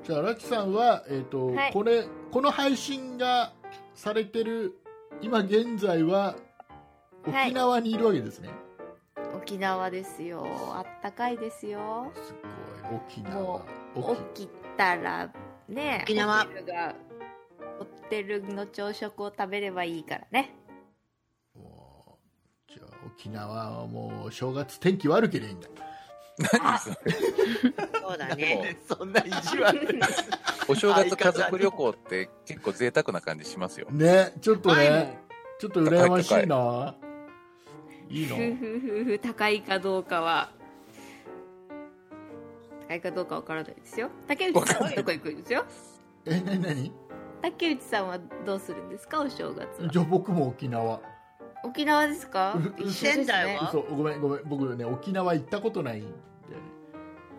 [SPEAKER 1] じゃあラチさんは、えーと
[SPEAKER 5] はい
[SPEAKER 1] これこの配信がされてる今現在は
[SPEAKER 5] はい
[SPEAKER 1] 沖縄にいるわけですね、
[SPEAKER 5] 沖縄ですよ。あったかいですよ。
[SPEAKER 1] すごい沖縄
[SPEAKER 5] も
[SPEAKER 1] 沖
[SPEAKER 5] 起きたら、ね、
[SPEAKER 4] 沖縄
[SPEAKER 5] ホテルが、ホテルの朝食を食べればいいからね。
[SPEAKER 1] もうじゃあ沖縄はもう正月天気悪ければいいんだ
[SPEAKER 2] 何それ
[SPEAKER 4] そうだね。
[SPEAKER 6] そんな意地
[SPEAKER 1] (laughs)
[SPEAKER 6] 悪な。
[SPEAKER 2] お正月家族旅行って結構贅沢な感じしますよ。
[SPEAKER 1] ねちょっと
[SPEAKER 4] はい
[SPEAKER 1] ねちょっと羨ましいないい
[SPEAKER 5] ふ
[SPEAKER 1] の
[SPEAKER 5] ふふふ、高いかどうかは。戦いかどうかわからないですよ竹内さんはどこ行くんですよ
[SPEAKER 1] え、なになに
[SPEAKER 5] 竹内さんはどうするんですかお正月
[SPEAKER 1] (laughs)
[SPEAKER 5] は
[SPEAKER 1] じゃあ僕も沖縄。
[SPEAKER 5] 沖縄ですか
[SPEAKER 1] う
[SPEAKER 5] 一緒ですね
[SPEAKER 4] 仙台は
[SPEAKER 1] 嘘、ごめんごめん。僕ね、沖縄行ったことないんだよね。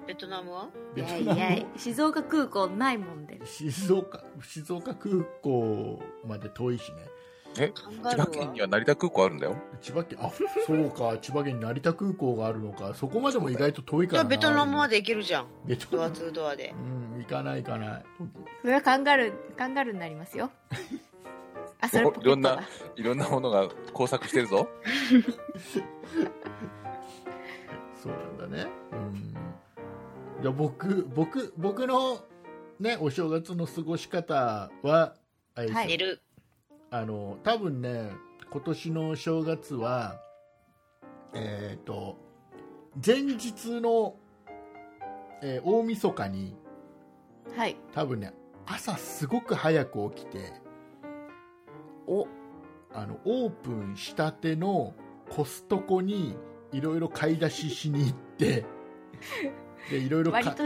[SPEAKER 4] ベトナムはい
[SPEAKER 1] ベト
[SPEAKER 5] や
[SPEAKER 1] ナム
[SPEAKER 5] いや静岡空港ないもんで
[SPEAKER 1] (laughs) 静岡、静岡空港まで遠いしね。
[SPEAKER 4] カンガ
[SPEAKER 2] 千
[SPEAKER 4] ル
[SPEAKER 2] 葉
[SPEAKER 4] ー
[SPEAKER 2] 県に
[SPEAKER 4] は
[SPEAKER 2] は成田空港あるんだよ。
[SPEAKER 1] 千葉県、あ、そうか、 (laughs) 千葉県に成田空港があるのか。そこまでも意外と遠い
[SPEAKER 4] じ
[SPEAKER 1] から
[SPEAKER 4] ゃあ
[SPEAKER 1] な。
[SPEAKER 4] ベトナムまで行けるじゃん
[SPEAKER 1] ベト
[SPEAKER 4] ド
[SPEAKER 1] ナ
[SPEAKER 4] ア
[SPEAKER 1] ム。
[SPEAKER 4] 2ドアで
[SPEAKER 1] うん、行かない行かない。
[SPEAKER 5] それはカンガルーカンガルーになりま
[SPEAKER 1] (laughs)
[SPEAKER 5] すよあそれポケット
[SPEAKER 2] い
[SPEAKER 5] だ
[SPEAKER 2] ろんないろんなものが工作してるぞ。 (laughs)
[SPEAKER 1] そうなんだね。うん。じゃあ僕、僕、僕のね、お正月の過ごし方は、あれですよ
[SPEAKER 5] は
[SPEAKER 4] 寝
[SPEAKER 5] い
[SPEAKER 4] る
[SPEAKER 1] あの、多分ね、今年の正月は、えっ、と、前日の、えー大晦日に、
[SPEAKER 5] はい
[SPEAKER 1] 多分ね、朝すごく早く起きて、
[SPEAKER 5] お
[SPEAKER 1] あの、オープンしたてのコストコに、いろいろ買い出ししに行って、で、いろいろ買
[SPEAKER 5] 割と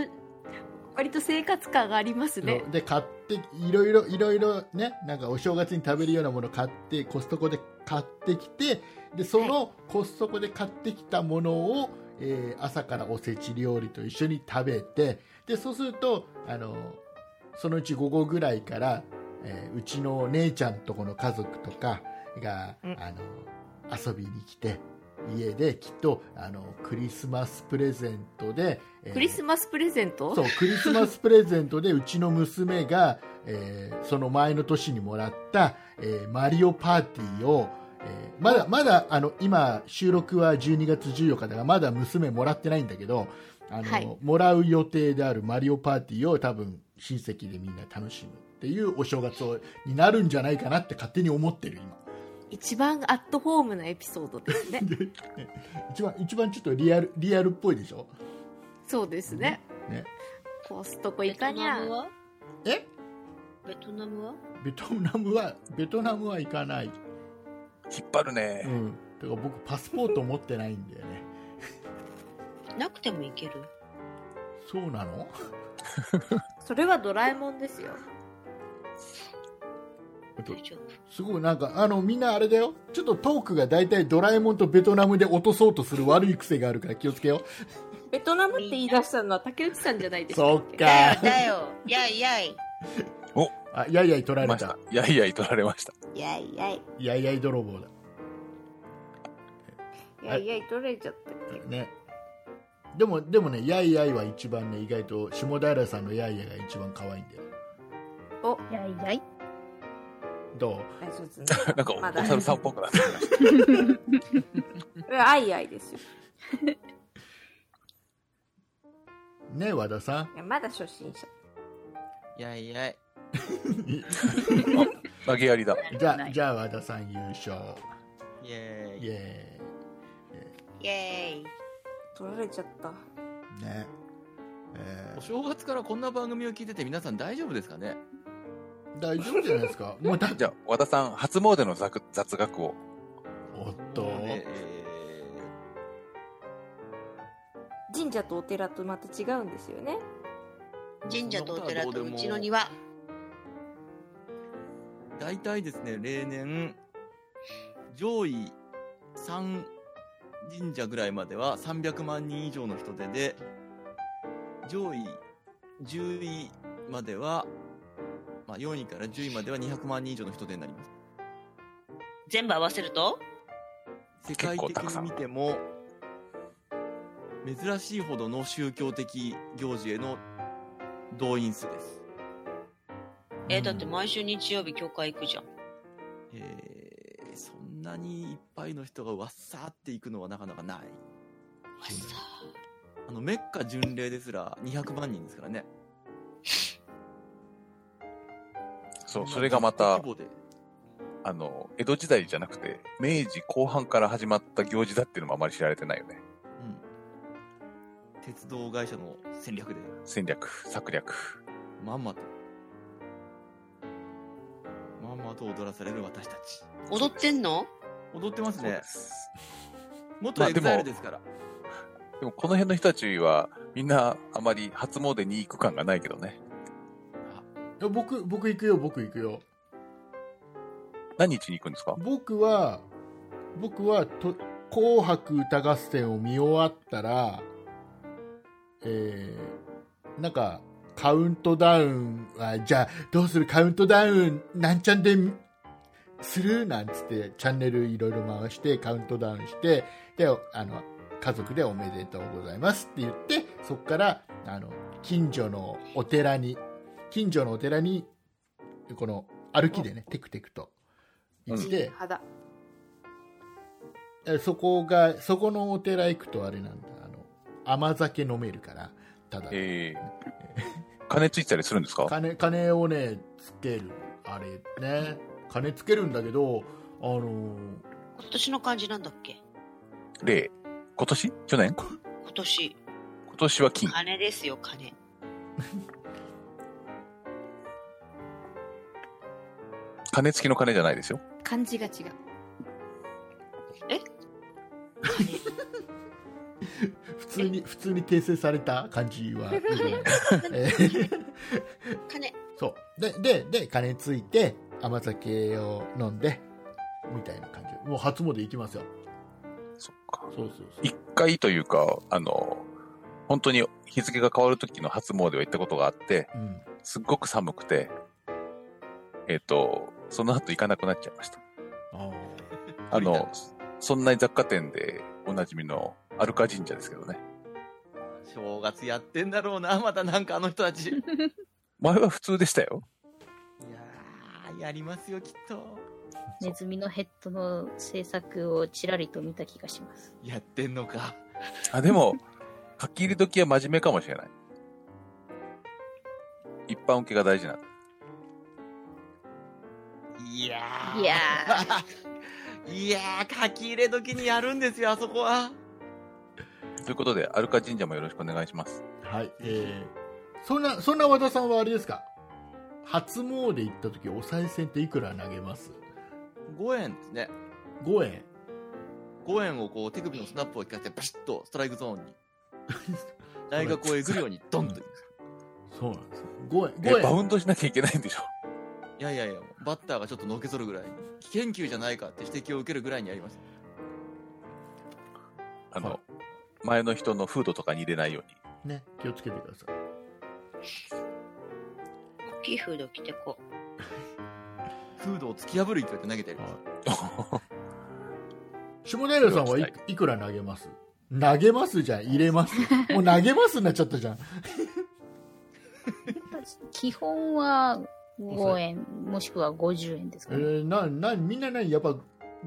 [SPEAKER 5] 割と生活感がありますね
[SPEAKER 1] で買っていろいろいろいろねなんかお正月に食べるようなもの買ってコストコで買ってきてでそのコストコで買ってきたものを、えー朝からおせち料理と一緒に食べてでそうするとあのそのうち午後ぐらいから、えーうちの姉ちゃんとこの家族とかが、
[SPEAKER 4] うん
[SPEAKER 1] あの遊びに来て家できっとあのクリスマスプレゼントで、えー
[SPEAKER 5] クリスマスプレゼント
[SPEAKER 1] そうクリスマスプレゼントでうちの娘が、えーその前の年にもらった、えーマリオパーティーを、えーまだまだあの今収録は12月14日だからまだ娘もらってないんだけどあの、
[SPEAKER 5] はい
[SPEAKER 1] もらう予定であるマリオパーティーを多分親戚でみんな楽しむっていうお正月をになるんじゃないかなって勝手に思ってる今 (laughs)
[SPEAKER 5] 一番アットホームなエピソードですね
[SPEAKER 1] 一番一番ちょっとリアルリアルっぽいでしょ
[SPEAKER 5] そうですね
[SPEAKER 1] ね
[SPEAKER 5] コストコ
[SPEAKER 3] ベ
[SPEAKER 5] 行
[SPEAKER 3] ト
[SPEAKER 5] かにゃ
[SPEAKER 3] ナムは
[SPEAKER 1] え
[SPEAKER 4] ベトナムは
[SPEAKER 1] ベトナムはベトナムは行かない
[SPEAKER 2] 引っ張るね。
[SPEAKER 1] うん、だから僕パスポート持ってないんだよね
[SPEAKER 4] なくても行ける
[SPEAKER 1] そうなの
[SPEAKER 5] それはドラえもんですよ
[SPEAKER 4] 大丈
[SPEAKER 1] すごいなんかあのみんなあれだよちょっとトークが大体ドラえもんとベトナムで落とそうとする悪い癖があるから気をつけよ
[SPEAKER 5] ベトナムって言い出したのは竹内さんじゃないで
[SPEAKER 1] う
[SPEAKER 5] すか
[SPEAKER 1] そっ
[SPEAKER 4] 夫だよ
[SPEAKER 1] か
[SPEAKER 4] だよやいやい
[SPEAKER 1] あやいやい取ら
[SPEAKER 2] い
[SPEAKER 1] れ
[SPEAKER 2] ました
[SPEAKER 1] た。
[SPEAKER 2] いやいやい取られました。 (laughs)
[SPEAKER 5] やいやい
[SPEAKER 1] やいやい泥棒だ
[SPEAKER 5] やいやい取れちゃって
[SPEAKER 1] ねでもでもねやいやいは一番ね意外と下平さんのやいやいが一番可愛いんだよ
[SPEAKER 5] お
[SPEAKER 3] いやいやい。
[SPEAKER 1] ど
[SPEAKER 5] 大丈夫ですね
[SPEAKER 2] なんかお,、
[SPEAKER 5] まだ
[SPEAKER 2] 猿さんっぽくなってきました。
[SPEAKER 5] これ (laughs) あいあいですよ
[SPEAKER 1] うね和田さん
[SPEAKER 5] いやまだ初心者
[SPEAKER 6] いやいやい。
[SPEAKER 2] 投げやりだ。
[SPEAKER 1] じゃあじゃあ和田さん優勝
[SPEAKER 6] イェ
[SPEAKER 1] イ
[SPEAKER 6] ーイ。
[SPEAKER 1] エ
[SPEAKER 4] イエーイ
[SPEAKER 5] 取られちゃった
[SPEAKER 1] ーイねえー
[SPEAKER 6] お正月からこんな番組を聞いてて皆さん大丈夫ですかね
[SPEAKER 1] 大丈夫じゃないです (laughs) かもうだ
[SPEAKER 2] じゃあ、和田さん、初詣の雑雑学を。
[SPEAKER 1] おっと、
[SPEAKER 6] ね
[SPEAKER 5] 神社とお寺とまた違うんですよね
[SPEAKER 6] えー
[SPEAKER 4] 神社とお寺
[SPEAKER 6] そんなことはど
[SPEAKER 4] う
[SPEAKER 6] でも
[SPEAKER 4] ちの庭
[SPEAKER 6] 大体ですね、例年、上位3神社ぐらいまでは300万人以上の人手で、上位10位までは、まあ、4位から10位までは200万人以上の人手になります。
[SPEAKER 4] 全部合わせると
[SPEAKER 6] 世界
[SPEAKER 2] 結構
[SPEAKER 6] 的
[SPEAKER 2] たくさ
[SPEAKER 6] に
[SPEAKER 2] ん
[SPEAKER 6] 見ても珍しいほどの宗教的行事への動員数です、
[SPEAKER 4] えだって毎週日曜日教会行くじゃん
[SPEAKER 6] えーそんなにいっぱいの人がわっさーって行くのはなかなかない
[SPEAKER 4] わっさ
[SPEAKER 6] あのメッカ巡礼ですら200万人ですからね
[SPEAKER 2] そう、それがまた
[SPEAKER 6] 規、模で
[SPEAKER 2] あの、江戸時代じゃなくて、明治後半から始まった行事だっていうのもあまり知られてないよね。
[SPEAKER 6] うん鉄道会社の戦略で
[SPEAKER 2] 戦略、策略。
[SPEAKER 6] まんまとまんまと踊らされる私たち
[SPEAKER 4] 踊ってんの
[SPEAKER 6] 踊ってます
[SPEAKER 2] そう
[SPEAKER 6] ね
[SPEAKER 2] です
[SPEAKER 6] 元
[SPEAKER 2] まあ
[SPEAKER 6] エ
[SPEAKER 2] で
[SPEAKER 6] グ
[SPEAKER 2] も
[SPEAKER 6] ザイルですから
[SPEAKER 2] でもこの辺の人たちはみんなあまり初詣に行く感がないけどね。
[SPEAKER 1] や僕僕行くよ僕行くよ
[SPEAKER 2] 何日に行くんですか
[SPEAKER 1] 僕は僕はと「紅白歌合戦」を見終わったらえーなんかカウントダウンはじゃあどうするカウントダウンなんちゃんでするなんつってチャンネルいろいろ回してカウントダウンしてであの家族でおめでとうございますって言ってそこからあの近所のお寺に近所のお寺にこの歩きでねテクテクと行って、
[SPEAKER 5] 肌
[SPEAKER 1] えそこがそこのお寺行くとあれなんだあの甘酒飲めるからただ
[SPEAKER 2] ええ金ついてたりするんですか
[SPEAKER 1] 金金をねつけるあれね金つけるんだけどあのー
[SPEAKER 4] 今年の感じなんだっけ
[SPEAKER 2] 例。今年去年
[SPEAKER 4] 今年。
[SPEAKER 2] 今年は金。
[SPEAKER 4] 金ですよ、金。
[SPEAKER 2] 金付きの金じゃないですよ。
[SPEAKER 5] 感じが違う
[SPEAKER 1] 普通に普通に訂正された感じは、えー
[SPEAKER 4] (laughs) 金。
[SPEAKER 1] そうででで金ついて甘酒を飲んでみたいな感じもう初詣行きますよ
[SPEAKER 2] そっか。
[SPEAKER 1] そうそうそう
[SPEAKER 2] 一回というか、あの、本当に日付が変わる時の初詣は行ったことがあって、
[SPEAKER 1] うん、
[SPEAKER 2] すっごく寒くて、えっ、と、その後行かなくなっちゃいました。
[SPEAKER 1] あ
[SPEAKER 2] あの、そんな雑貨店でおなじみのアルカ神社ですけどね。
[SPEAKER 6] 正月やってんだろうな、またなんかあの人
[SPEAKER 2] (laughs)
[SPEAKER 6] たち。いや
[SPEAKER 2] 前は普通でしたよ。
[SPEAKER 6] ー、やりますよ、きっと。
[SPEAKER 3] ネズミのヘッドの制作をちらりと見た気がします。
[SPEAKER 6] やってんのか。
[SPEAKER 2] あ、で (laughs) も、書き入れ時は真面目かもしれない。一般受けが大事なの。
[SPEAKER 6] いやー。
[SPEAKER 3] いや
[SPEAKER 6] (laughs) いやー、書き入れ時にやるんですよ、あそこは。
[SPEAKER 2] ということで、アルカ神社もよろしくお願いします。
[SPEAKER 1] ーはいえー、そんなそんな和田さんはあれですか初詣行った時お賽銭っていくら投げます
[SPEAKER 6] 5円ですね。
[SPEAKER 1] 5円
[SPEAKER 6] 5円をこう手首のスナップを効かせて、バシッとストライクゾ
[SPEAKER 2] (laughs)
[SPEAKER 6] ーンに。大学をえぐるようにドンと。い
[SPEAKER 1] そうなんですよ5円
[SPEAKER 2] え、
[SPEAKER 1] 5円
[SPEAKER 2] バウンドしなきゃいけないんでしょ (laughs)
[SPEAKER 6] やいやいや、バッターがちょっとのけぞるぐらい、危険球じゃないかって指摘を受けるぐらいにやりました。
[SPEAKER 1] は
[SPEAKER 2] あの、前の人のフードとかに入れないように。
[SPEAKER 1] ね、気をつけてください。
[SPEAKER 4] 大きいフード着てこう。
[SPEAKER 6] フードを突き破る勢いで投げてやりました。
[SPEAKER 1] 下平さんはい
[SPEAKER 2] 気をつけ
[SPEAKER 1] いいくら投げます投げますじゃん、入れ (laughs) ます。もう投げますになっちゃったじゃん。
[SPEAKER 3] 基本は5円、もしくは50円です
[SPEAKER 1] え
[SPEAKER 3] かね。
[SPEAKER 1] ー、な、な、みんな何やっぱ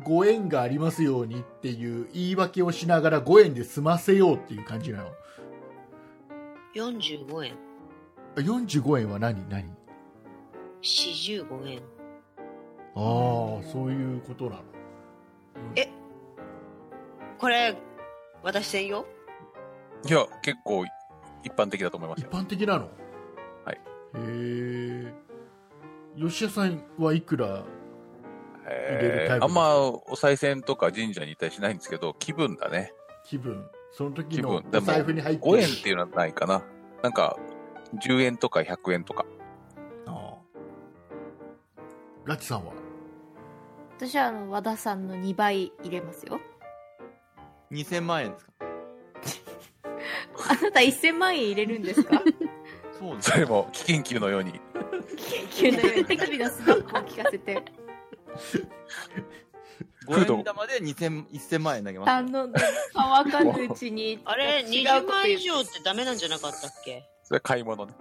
[SPEAKER 1] ご縁がありますようにっていう言い訳をしながらご縁で済ませようっていう感じなの。
[SPEAKER 4] 45円。
[SPEAKER 1] あ45円は何何
[SPEAKER 4] 45円。
[SPEAKER 1] ああ、そういうことなの。
[SPEAKER 4] これ、私専用
[SPEAKER 2] いや、結構一般的だと思います
[SPEAKER 1] 一
[SPEAKER 2] よ。
[SPEAKER 1] 般的なの
[SPEAKER 2] はい。
[SPEAKER 1] へえ。吉田さんはいくら入れるタ
[SPEAKER 2] え
[SPEAKER 1] イプ
[SPEAKER 2] ーあんまお賽銭とか神社に行ったりしないんですけど、気分だね。
[SPEAKER 1] 気分その時の
[SPEAKER 2] 気分
[SPEAKER 1] お財布に入って
[SPEAKER 2] 5円っていうのはないかな。なんか、10円とか100円とか。
[SPEAKER 1] ああラチさんは
[SPEAKER 5] 私はあの和田さんの2倍入れますよ
[SPEAKER 6] 2000万円ですか
[SPEAKER 5] あなた1000万円入れるんですか
[SPEAKER 6] そうです
[SPEAKER 2] それも、貴金球のように。
[SPEAKER 5] 急な手首のスナップを聞かせ
[SPEAKER 1] (laughs)
[SPEAKER 5] て
[SPEAKER 2] フード
[SPEAKER 6] 5円玉で2000 1000万円投げます。
[SPEAKER 5] あの乾かぬうちに
[SPEAKER 4] あれ、
[SPEAKER 5] 違
[SPEAKER 4] 20
[SPEAKER 5] うこと
[SPEAKER 4] 万
[SPEAKER 5] 言
[SPEAKER 4] 以
[SPEAKER 5] う
[SPEAKER 4] 上ってダメなんじゃなかったっけ
[SPEAKER 2] それは買い物ね。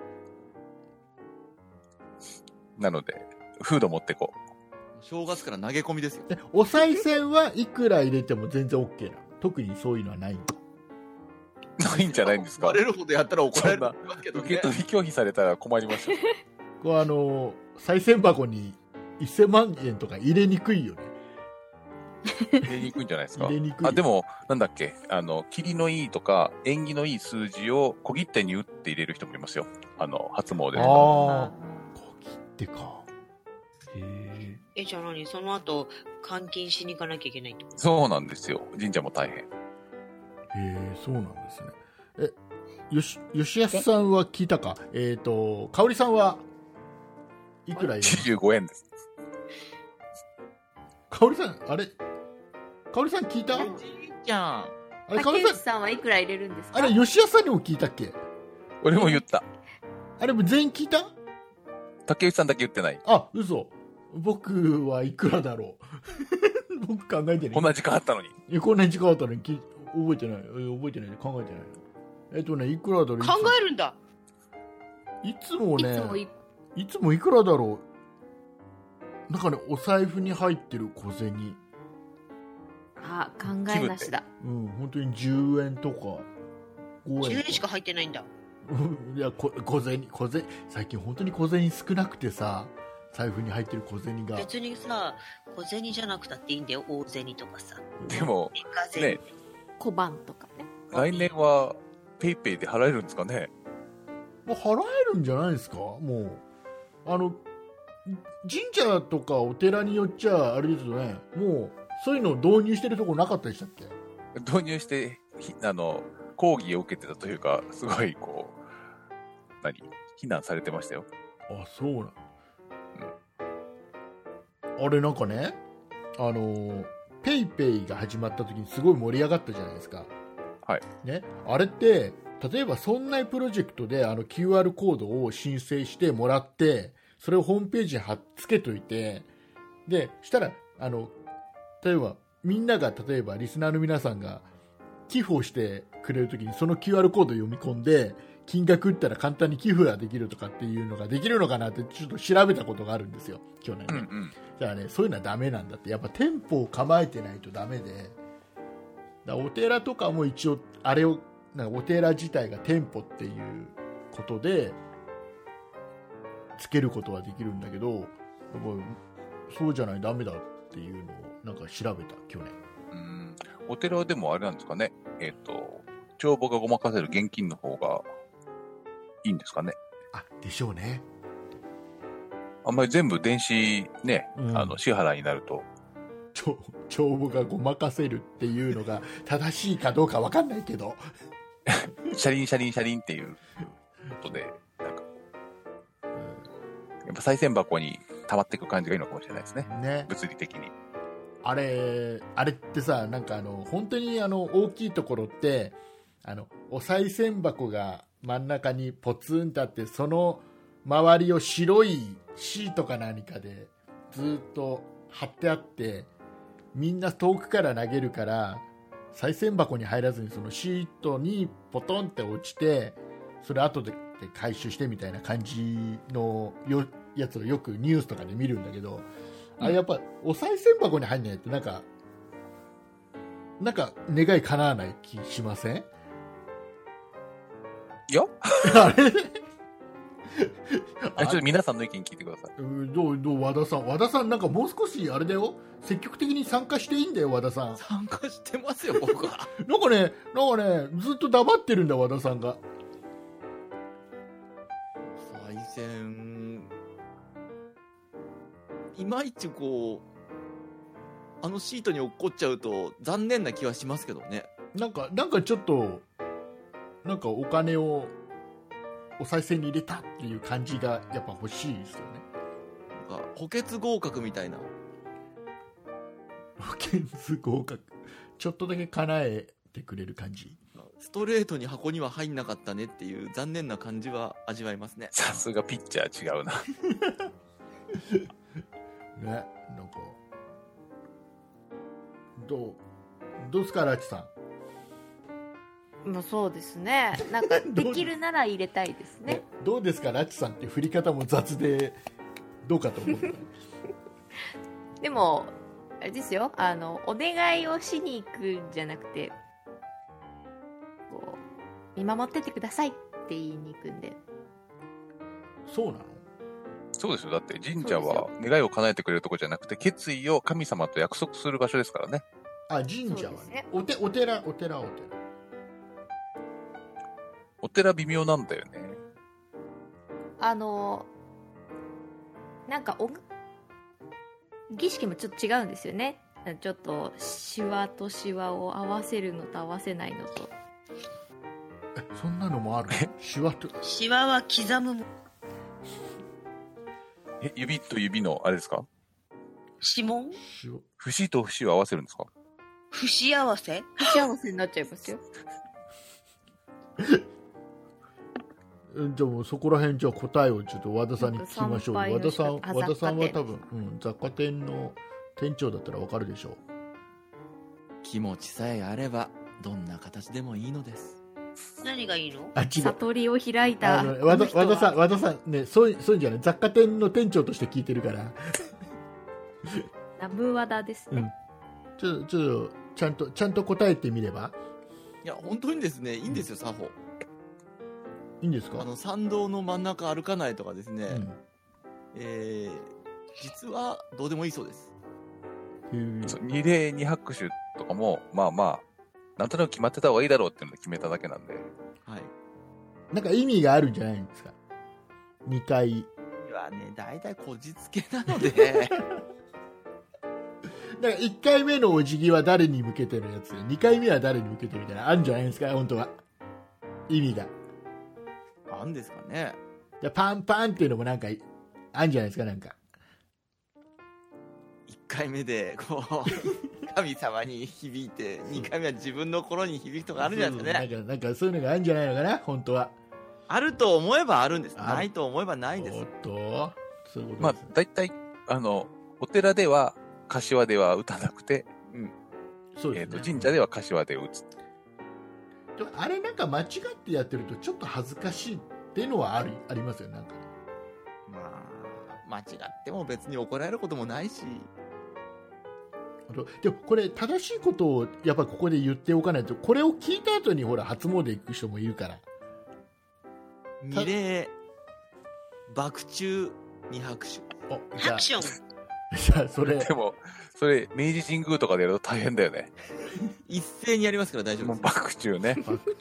[SPEAKER 2] なので、フード持ってこう。
[SPEAKER 6] 正月から投げ込みですよ。
[SPEAKER 1] でお賽銭はいくら入れても全然 OK なの特にそういうのはないんだ
[SPEAKER 2] (laughs) ないんじゃないんですか
[SPEAKER 6] バレるほどやったら怒られる
[SPEAKER 2] そん
[SPEAKER 6] けど
[SPEAKER 2] 受け
[SPEAKER 6] ね。
[SPEAKER 2] 取り拒否されたら困りますよ。
[SPEAKER 1] (laughs) これあの賽銭箱に1000万円とか入れにくいよね
[SPEAKER 2] 入れにくいんじゃないですか
[SPEAKER 1] 入れ。にくい
[SPEAKER 2] あ、でも、なんだっけ、あの、霧のいいとか、縁起のいい数字を小切手に打って入れる人もいますよ。あの、初詣で。
[SPEAKER 1] ああ
[SPEAKER 3] あ
[SPEAKER 1] 小切手かへえ
[SPEAKER 4] え、じゃあ何その後、換金しに行かなきゃいけないってこと
[SPEAKER 2] そうなんですよ。神社も大変。
[SPEAKER 1] へえ、そうなんですね。え、よし、吉安さんは聞いたかえっ、と、香織さんはいくらいる
[SPEAKER 2] 25円です。
[SPEAKER 1] 香織さん、あれ香織さん聞いた
[SPEAKER 6] じいちゃん。
[SPEAKER 1] あれ、香織
[SPEAKER 5] 竹内
[SPEAKER 1] さん、
[SPEAKER 5] さんはいくら入れるんですか
[SPEAKER 1] あれ、吉安さんにも聞いたっけ
[SPEAKER 2] 俺も言った。
[SPEAKER 1] あれ、全員聞いた
[SPEAKER 2] 竹内さんだけ言ってない。
[SPEAKER 1] あ、嘘。僕はいくらだろう (laughs) 僕考えてない
[SPEAKER 2] こん。な時間あったのに。
[SPEAKER 1] いやこんなに時間あったのにき覚えてない。え覚えてない。考えてない。えっとね、いくらだろういつ
[SPEAKER 4] 考えるんだ
[SPEAKER 1] いつも
[SPEAKER 5] い
[SPEAKER 1] ね
[SPEAKER 5] つもい
[SPEAKER 1] いつもいくらだろうなんかね、お財布に入ってる小銭。
[SPEAKER 5] あ考えなしだ
[SPEAKER 1] うん、本当に10円とか、5円
[SPEAKER 4] 10
[SPEAKER 1] と
[SPEAKER 4] 円しか入ってないんだ
[SPEAKER 1] うんいや、こ小銭、小銭、最近本当に小銭少なくてさ、財布に入ってる小銭が。
[SPEAKER 4] 別にさ小銭じゃなくたっていいんだよ大銭とかさ
[SPEAKER 2] でも、
[SPEAKER 4] イカ銭、
[SPEAKER 2] ね、
[SPEAKER 5] 小判とかね
[SPEAKER 2] 来年はペイペイで払えるんですかね
[SPEAKER 1] もう払えるんじゃないですかもう。あの、神社とかお寺によっちゃ、あれですよね、もう、そういうのを導入してるとこなかったでしたっけ
[SPEAKER 2] 導入して、ひあの、抗議を受けてたというか、すごい、こう、何非難されてましたよ。
[SPEAKER 1] あそうなん、あれなんかねあのペイペイが始まった時にすごい盛り上がったじゃないですか
[SPEAKER 2] はい
[SPEAKER 1] ねあれって例えばそんなプロジェクトであの QR コードを申請してもらってそれをホームページに貼っつけといてでしたらあの例えばみんなが例えばリスナーの皆さんが寄付をしてくれるときにその QR コードを読み込んで金額打ったら簡単に寄付ができるとかっていうのができるのかなってちょっと調べたことがあるんですよ去年ね、
[SPEAKER 2] うんうん。
[SPEAKER 1] だからねそういうのはダメなんだってやっぱ店舗を構えてないとダメでだからお寺とかも一応あれをなんかお寺自体が店舗っていうことでつけることはできるんだけどやっぱそうじゃないダメだっていうのをなんか調べた去年
[SPEAKER 2] うんお寺はでもあれなんですかねえっ、と、帳簿がごまかせる現金の方がいいんですかね
[SPEAKER 1] あでしょうね
[SPEAKER 2] あんまり全部電子ね、
[SPEAKER 1] うん
[SPEAKER 2] あの、支払いになると、
[SPEAKER 1] 帳 (laughs) 帳簿がごまかせるっていうのが正しいかどうかわかんないけど
[SPEAKER 2] シャリンシャリンシャリンっていうことで、なんか、やっぱ再銭箱に溜まっていく感じがいいのかもしれないですね。
[SPEAKER 1] ね
[SPEAKER 2] 物理的に。
[SPEAKER 1] あれあれってさなんかあの本当にあの大きいところってあのお賽銭箱が真ん中にポツンとあってその周りを白いシートか何かでずっと貼ってあってみんな遠くから投げるから賽銭箱に入らずにそのシートにポトンって落ちてそれ後で回収してみたいな感じのよやつをよくニュースとかで見るんだけどあれやっぱお賽銭箱に入んないってなんかなんか願い叶わない気しません
[SPEAKER 2] いや
[SPEAKER 1] あれ
[SPEAKER 2] あちょっと皆さんの意見聞いてください。
[SPEAKER 1] うんどうどう和田さん和田さんなんかもう少しあれだよ積極的に参加していいんだよ和田さん
[SPEAKER 6] 参加してますよ、僕は。
[SPEAKER 1] なんかねなんかねずっと黙ってるんだ和田さんが
[SPEAKER 6] 再選。いまいちこう、あのシートに落っこっちゃうと残念な気はしますけどね。
[SPEAKER 1] なんかなんかちょっとなんかお金をお賽銭に入れたっていう感じがやっぱ欲しいですよね
[SPEAKER 6] なんか補欠合格みたいな。
[SPEAKER 1] 保健図合格ちょっとだけ叶えてくれる感じ
[SPEAKER 6] ストレートに箱には入んなかったねっていう残念な感じは味わいますね。
[SPEAKER 2] さすがピッチャー違うな。
[SPEAKER 1] ねなんかどうどうすかラチさん
[SPEAKER 5] まあそうですねなん (laughs) かできるなら入れたいですね
[SPEAKER 1] どうですかラチさんって振り方も雑でどうかと思
[SPEAKER 5] (laughs)
[SPEAKER 1] う
[SPEAKER 5] でもあれですよあのお願いをしに行くんじゃなくてこう見守っててくださいって言いに行くんで
[SPEAKER 1] そうなの
[SPEAKER 2] そうですよ。だって神社
[SPEAKER 5] そ
[SPEAKER 2] は願いを叶えてくれるとこじゃなくて、決意を神様と約束する場所ですからね。
[SPEAKER 1] あ神社は
[SPEAKER 5] そうです
[SPEAKER 1] ね
[SPEAKER 5] ね
[SPEAKER 1] おてお寺お寺お寺
[SPEAKER 2] お寺微妙なんだよね。
[SPEAKER 5] あのなんかお儀式もちょっと違うんですよねちょっとシワとシワを合わせるのと合わせないのと
[SPEAKER 1] えそんなのもあるシワと
[SPEAKER 4] シワは刻むも
[SPEAKER 2] え、指と指の、あれですか
[SPEAKER 4] 指紋
[SPEAKER 1] シワ
[SPEAKER 2] 節と節を合わせるんですか
[SPEAKER 4] 不死合わせ
[SPEAKER 5] 不幸せになっちゃいますよ
[SPEAKER 1] えじゃあもうそこら辺じゃあ答えをちょっと和田さんに聞きましょう
[SPEAKER 5] なん
[SPEAKER 1] 和
[SPEAKER 5] か
[SPEAKER 1] 田さん
[SPEAKER 5] 参拝
[SPEAKER 1] 和
[SPEAKER 5] の仕方
[SPEAKER 1] 田さんは
[SPEAKER 5] あ雑貨店
[SPEAKER 1] 多分、うん、雑貨店の店長だったらわかるでしょう
[SPEAKER 6] 気持ちさえあればどんな形でもいいのです
[SPEAKER 4] 何がいいの
[SPEAKER 1] あ違う
[SPEAKER 5] 悟りを開いた
[SPEAKER 1] あの和田
[SPEAKER 5] この
[SPEAKER 1] 和
[SPEAKER 5] 人
[SPEAKER 1] 田さ
[SPEAKER 5] は
[SPEAKER 1] ん和田さんねそういそういうんじゃない雑貨店の店長として聞いてるから
[SPEAKER 5] ラブ和田ですね、
[SPEAKER 1] ちょっとちょっとちゃんとちゃんと答えてみれば
[SPEAKER 6] いや本当にですねいいんですよ作法
[SPEAKER 1] いいんです
[SPEAKER 6] あ
[SPEAKER 1] か
[SPEAKER 6] の参道の真ん中歩かないとかですね、
[SPEAKER 1] うん
[SPEAKER 6] えー実はどうでもいいそうです
[SPEAKER 1] へー
[SPEAKER 2] そう二礼二拍手とかも、まあまあ、なんとなく決まってた方がいいだろうっていうので決めただけなんで。
[SPEAKER 6] はい
[SPEAKER 1] なんか意味があるんじゃないんですか2回
[SPEAKER 6] いやね大体こじつけなので
[SPEAKER 1] だから1回目のお辞儀は誰に向けてのやつで2回目は誰に向けてみたいなあるんじゃないんですか本当は意味が
[SPEAKER 6] なんですかね
[SPEAKER 1] でパンパンっていうのもなんかあるんじゃないですかなんか
[SPEAKER 6] 1回目でこう (laughs) 神様に響いて2回目は自分の心に響くとかあるんじゃないですかね
[SPEAKER 1] そうそうなんかなんかそういうのがあるんじゃないのかな本当は
[SPEAKER 6] あると思えばあるんです
[SPEAKER 1] ある
[SPEAKER 6] ないと思えばないんです
[SPEAKER 1] おっとそういうこと
[SPEAKER 2] まあ
[SPEAKER 1] です、ね、
[SPEAKER 2] 大体、あの、お寺では、柏では打たなくて、
[SPEAKER 1] そうで
[SPEAKER 2] えっ、
[SPEAKER 1] すね
[SPEAKER 2] と、神社では柏で打つ。
[SPEAKER 1] でもあれなんか間違ってやってるとちょっと恥ずかしいっていうのはあるありますよねなんか
[SPEAKER 6] まあ間違っても別に怒られることもないし
[SPEAKER 1] あとでもこれ正しいことをやっぱここで言っておかないとこれを聞いた後にほら初詣行く人もいるから
[SPEAKER 6] 二礼爆中二拍手
[SPEAKER 1] おじゃあ
[SPEAKER 4] アクション
[SPEAKER 1] (laughs) じゃあそれ
[SPEAKER 2] でも、それ、明治神宮とかでやると大変だよね。
[SPEAKER 6] 一斉にやりますから大丈
[SPEAKER 2] も
[SPEAKER 6] 夫
[SPEAKER 2] う
[SPEAKER 6] で
[SPEAKER 2] 爆中ね。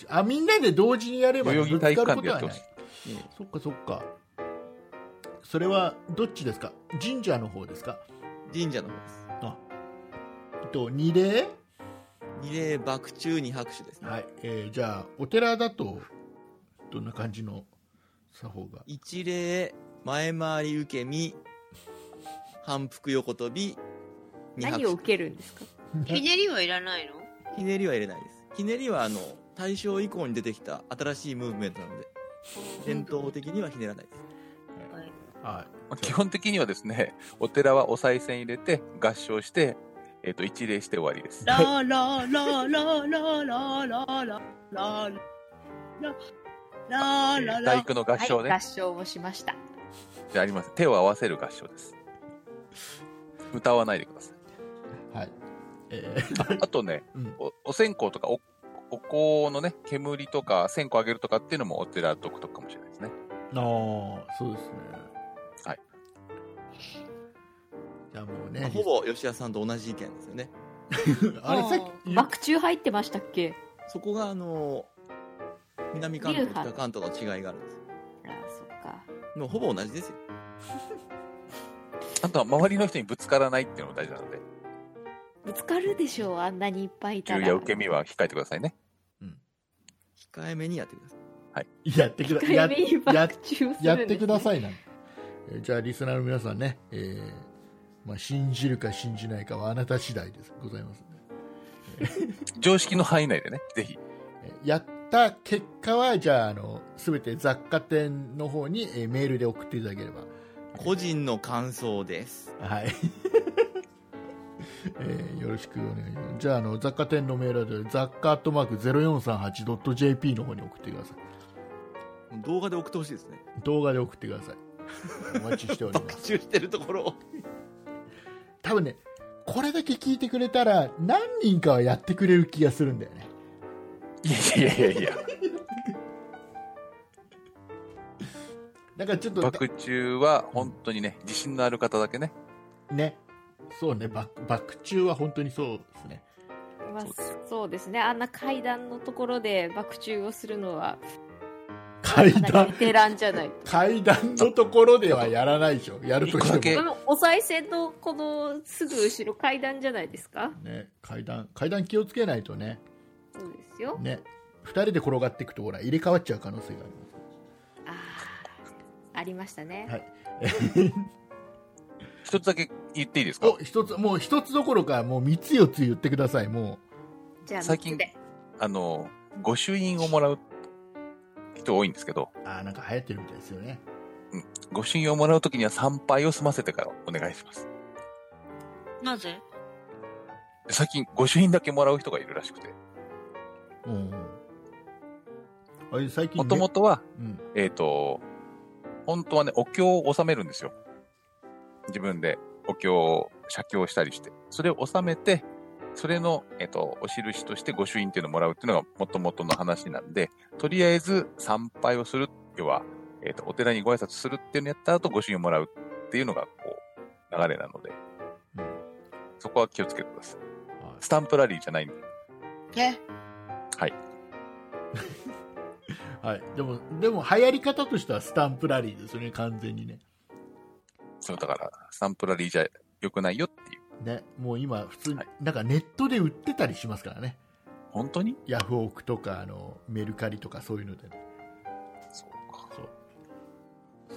[SPEAKER 1] あみんなで同時にやれば
[SPEAKER 2] 代
[SPEAKER 1] ぶ
[SPEAKER 2] 々木
[SPEAKER 1] つか
[SPEAKER 2] 体
[SPEAKER 1] る
[SPEAKER 2] 育
[SPEAKER 1] ことは
[SPEAKER 2] 館でやって
[SPEAKER 1] な
[SPEAKER 2] ほしい
[SPEAKER 1] い。そっかそっかそれはどっちですか神社の方ですか
[SPEAKER 6] す神社の方です
[SPEAKER 1] えっと二礼
[SPEAKER 6] 二礼爆中二拍手ですね
[SPEAKER 1] はい、えーじゃあお寺だとどんな感じの作法が
[SPEAKER 6] 一礼前回り受け身反復横跳び二拍
[SPEAKER 5] 何
[SPEAKER 6] 手
[SPEAKER 5] を受けるんですか
[SPEAKER 4] ひねりはいらないの
[SPEAKER 6] ひねりは入れないですひねりはあの大正以降に出てきた新しいムーブメントなので伝統的にはひねらないです
[SPEAKER 1] は
[SPEAKER 2] まあ基本的にはですね、お寺はお賽銭入れて、合唱して、えっ、と、一礼して終わりです。
[SPEAKER 4] ラーラーラーラーラーラーラーラーラーラーラーラー
[SPEAKER 2] 大
[SPEAKER 4] ラ
[SPEAKER 2] 工の合
[SPEAKER 5] はい
[SPEAKER 2] 唱ね、
[SPEAKER 5] 合唱をしました
[SPEAKER 2] じゃありません。手を合わせる合唱です。歌わないでください。
[SPEAKER 1] いはいえー (laughs)
[SPEAKER 2] あとね、
[SPEAKER 1] うん
[SPEAKER 2] おお線香とかお、お香のね、煙とか線香あげるとかっていうのもお寺独特かもしれないですね。
[SPEAKER 1] ああそうですね
[SPEAKER 2] はい
[SPEAKER 1] じゃあもうね
[SPEAKER 6] ほぼ吉田さんと同じ意見ですよね
[SPEAKER 1] (laughs) あれさっき言っ
[SPEAKER 5] 爆中入ってましたっけ
[SPEAKER 6] そこがあの南関東
[SPEAKER 5] 流派
[SPEAKER 6] 北関東の違いがあるんです
[SPEAKER 5] あーそっか
[SPEAKER 6] でもほぼ同じですよ
[SPEAKER 2] あとは周りの人にぶつからないっていうのも大事なので、
[SPEAKER 5] ぶつかるでしょうあんなにいっぱいいた
[SPEAKER 2] 重
[SPEAKER 5] ら
[SPEAKER 2] や受け身は控えてくださいね。
[SPEAKER 6] 控えめにやってください
[SPEAKER 1] やってくだや
[SPEAKER 5] 回目に
[SPEAKER 1] や
[SPEAKER 5] 爆中するんですね
[SPEAKER 1] やってくださいな、えーじゃあリスナーの皆さんね、えーまあ、信じるか信じないかはあなた次第ですございます、
[SPEAKER 2] 常識の範囲内でね、ぜひ。
[SPEAKER 1] えーやった結果はじゃああの全て雑貨店の方に、えーメールで送っていただければ
[SPEAKER 6] 個人の感想です
[SPEAKER 1] はい、 (laughs) えーよろしくお願いしますじゃああの雑貨店のメールアドレス雑貨アットマーク 0438.jp の方に送ってください
[SPEAKER 6] 動画で送ってほしいですね
[SPEAKER 1] 動画で送ってくださいお待ちしておりま
[SPEAKER 6] 爆
[SPEAKER 1] す
[SPEAKER 6] 中してるところを
[SPEAKER 1] 多分ねこれだけ聞いてくれたら何人かはやってくれる気がするんだよね
[SPEAKER 2] いやいやいやいや、
[SPEAKER 1] なんかちょっと
[SPEAKER 2] (laughs) 爆中は本当にね、自信のある方だけね、
[SPEAKER 1] ねそうねバックバック中は本当にそうですね
[SPEAKER 5] まあそうですねあんな階段のところで爆中をするのは
[SPEAKER 1] 階
[SPEAKER 5] なんかベ
[SPEAKER 1] 段、
[SPEAKER 5] テランじゃないと。
[SPEAKER 1] 階段のところではやらないでしょ。やるとし
[SPEAKER 2] 一
[SPEAKER 1] て
[SPEAKER 2] 個
[SPEAKER 5] で
[SPEAKER 1] も。
[SPEAKER 2] だ
[SPEAKER 5] もお賽銭のこのすぐ後ろ階段じゃないですか
[SPEAKER 1] ね、階段、階段気をつけないとね。
[SPEAKER 5] そうですよ。
[SPEAKER 1] ね、二人で転がっていくと、ほら、入れ替わっちゃう可能性があります。
[SPEAKER 5] あーありましたね。
[SPEAKER 2] 一つだけ言っていいです
[SPEAKER 1] (laughs)
[SPEAKER 2] か
[SPEAKER 1] お、一つ、もう一つどころか、もう三つ四つ言ってください。も
[SPEAKER 5] じゃあ、
[SPEAKER 2] 最近
[SPEAKER 5] 三つで
[SPEAKER 2] あの、御朱印をもらう人多いんですけど、
[SPEAKER 1] う、あーなんか流行ってるみたいですよね。
[SPEAKER 2] 御朱印をもらうときには参拝を済ませてからお願いします。
[SPEAKER 4] なぜ
[SPEAKER 2] で最近、御朱印だけもらう人がいるらしくて、
[SPEAKER 1] うん。あれ、最近、ね。
[SPEAKER 2] もともとは、
[SPEAKER 1] うん。
[SPEAKER 2] えっ、と、本当はね、お経を納めるんですよ。自分でお経を写経したりして。それを納めて、それの、えっ、と、お印として御朱印っていうのをもらうっていうのが元々の話なんで、とりあえず参拝をする、要は、えっ、と、お寺にご挨拶するっていうのをやった後、御朱印をもらうっていうのが、こう、流れなので、
[SPEAKER 1] うん
[SPEAKER 2] そこは気をつけてください。
[SPEAKER 1] はい
[SPEAKER 2] スタンプラリーじゃないんで。
[SPEAKER 4] え
[SPEAKER 1] はい、でも、でも流行り方としてはスタンプラリーですよね、完全にね。
[SPEAKER 2] そう、だから、スタンプラリーじゃ良くないよっていう。
[SPEAKER 1] ね、もう今、普通に、
[SPEAKER 2] はい
[SPEAKER 1] なんかネットで売ってたりしますからね、
[SPEAKER 2] 本当に
[SPEAKER 1] ヤフオクとかあのメルカリとかそういうので、
[SPEAKER 2] そうか。
[SPEAKER 1] そう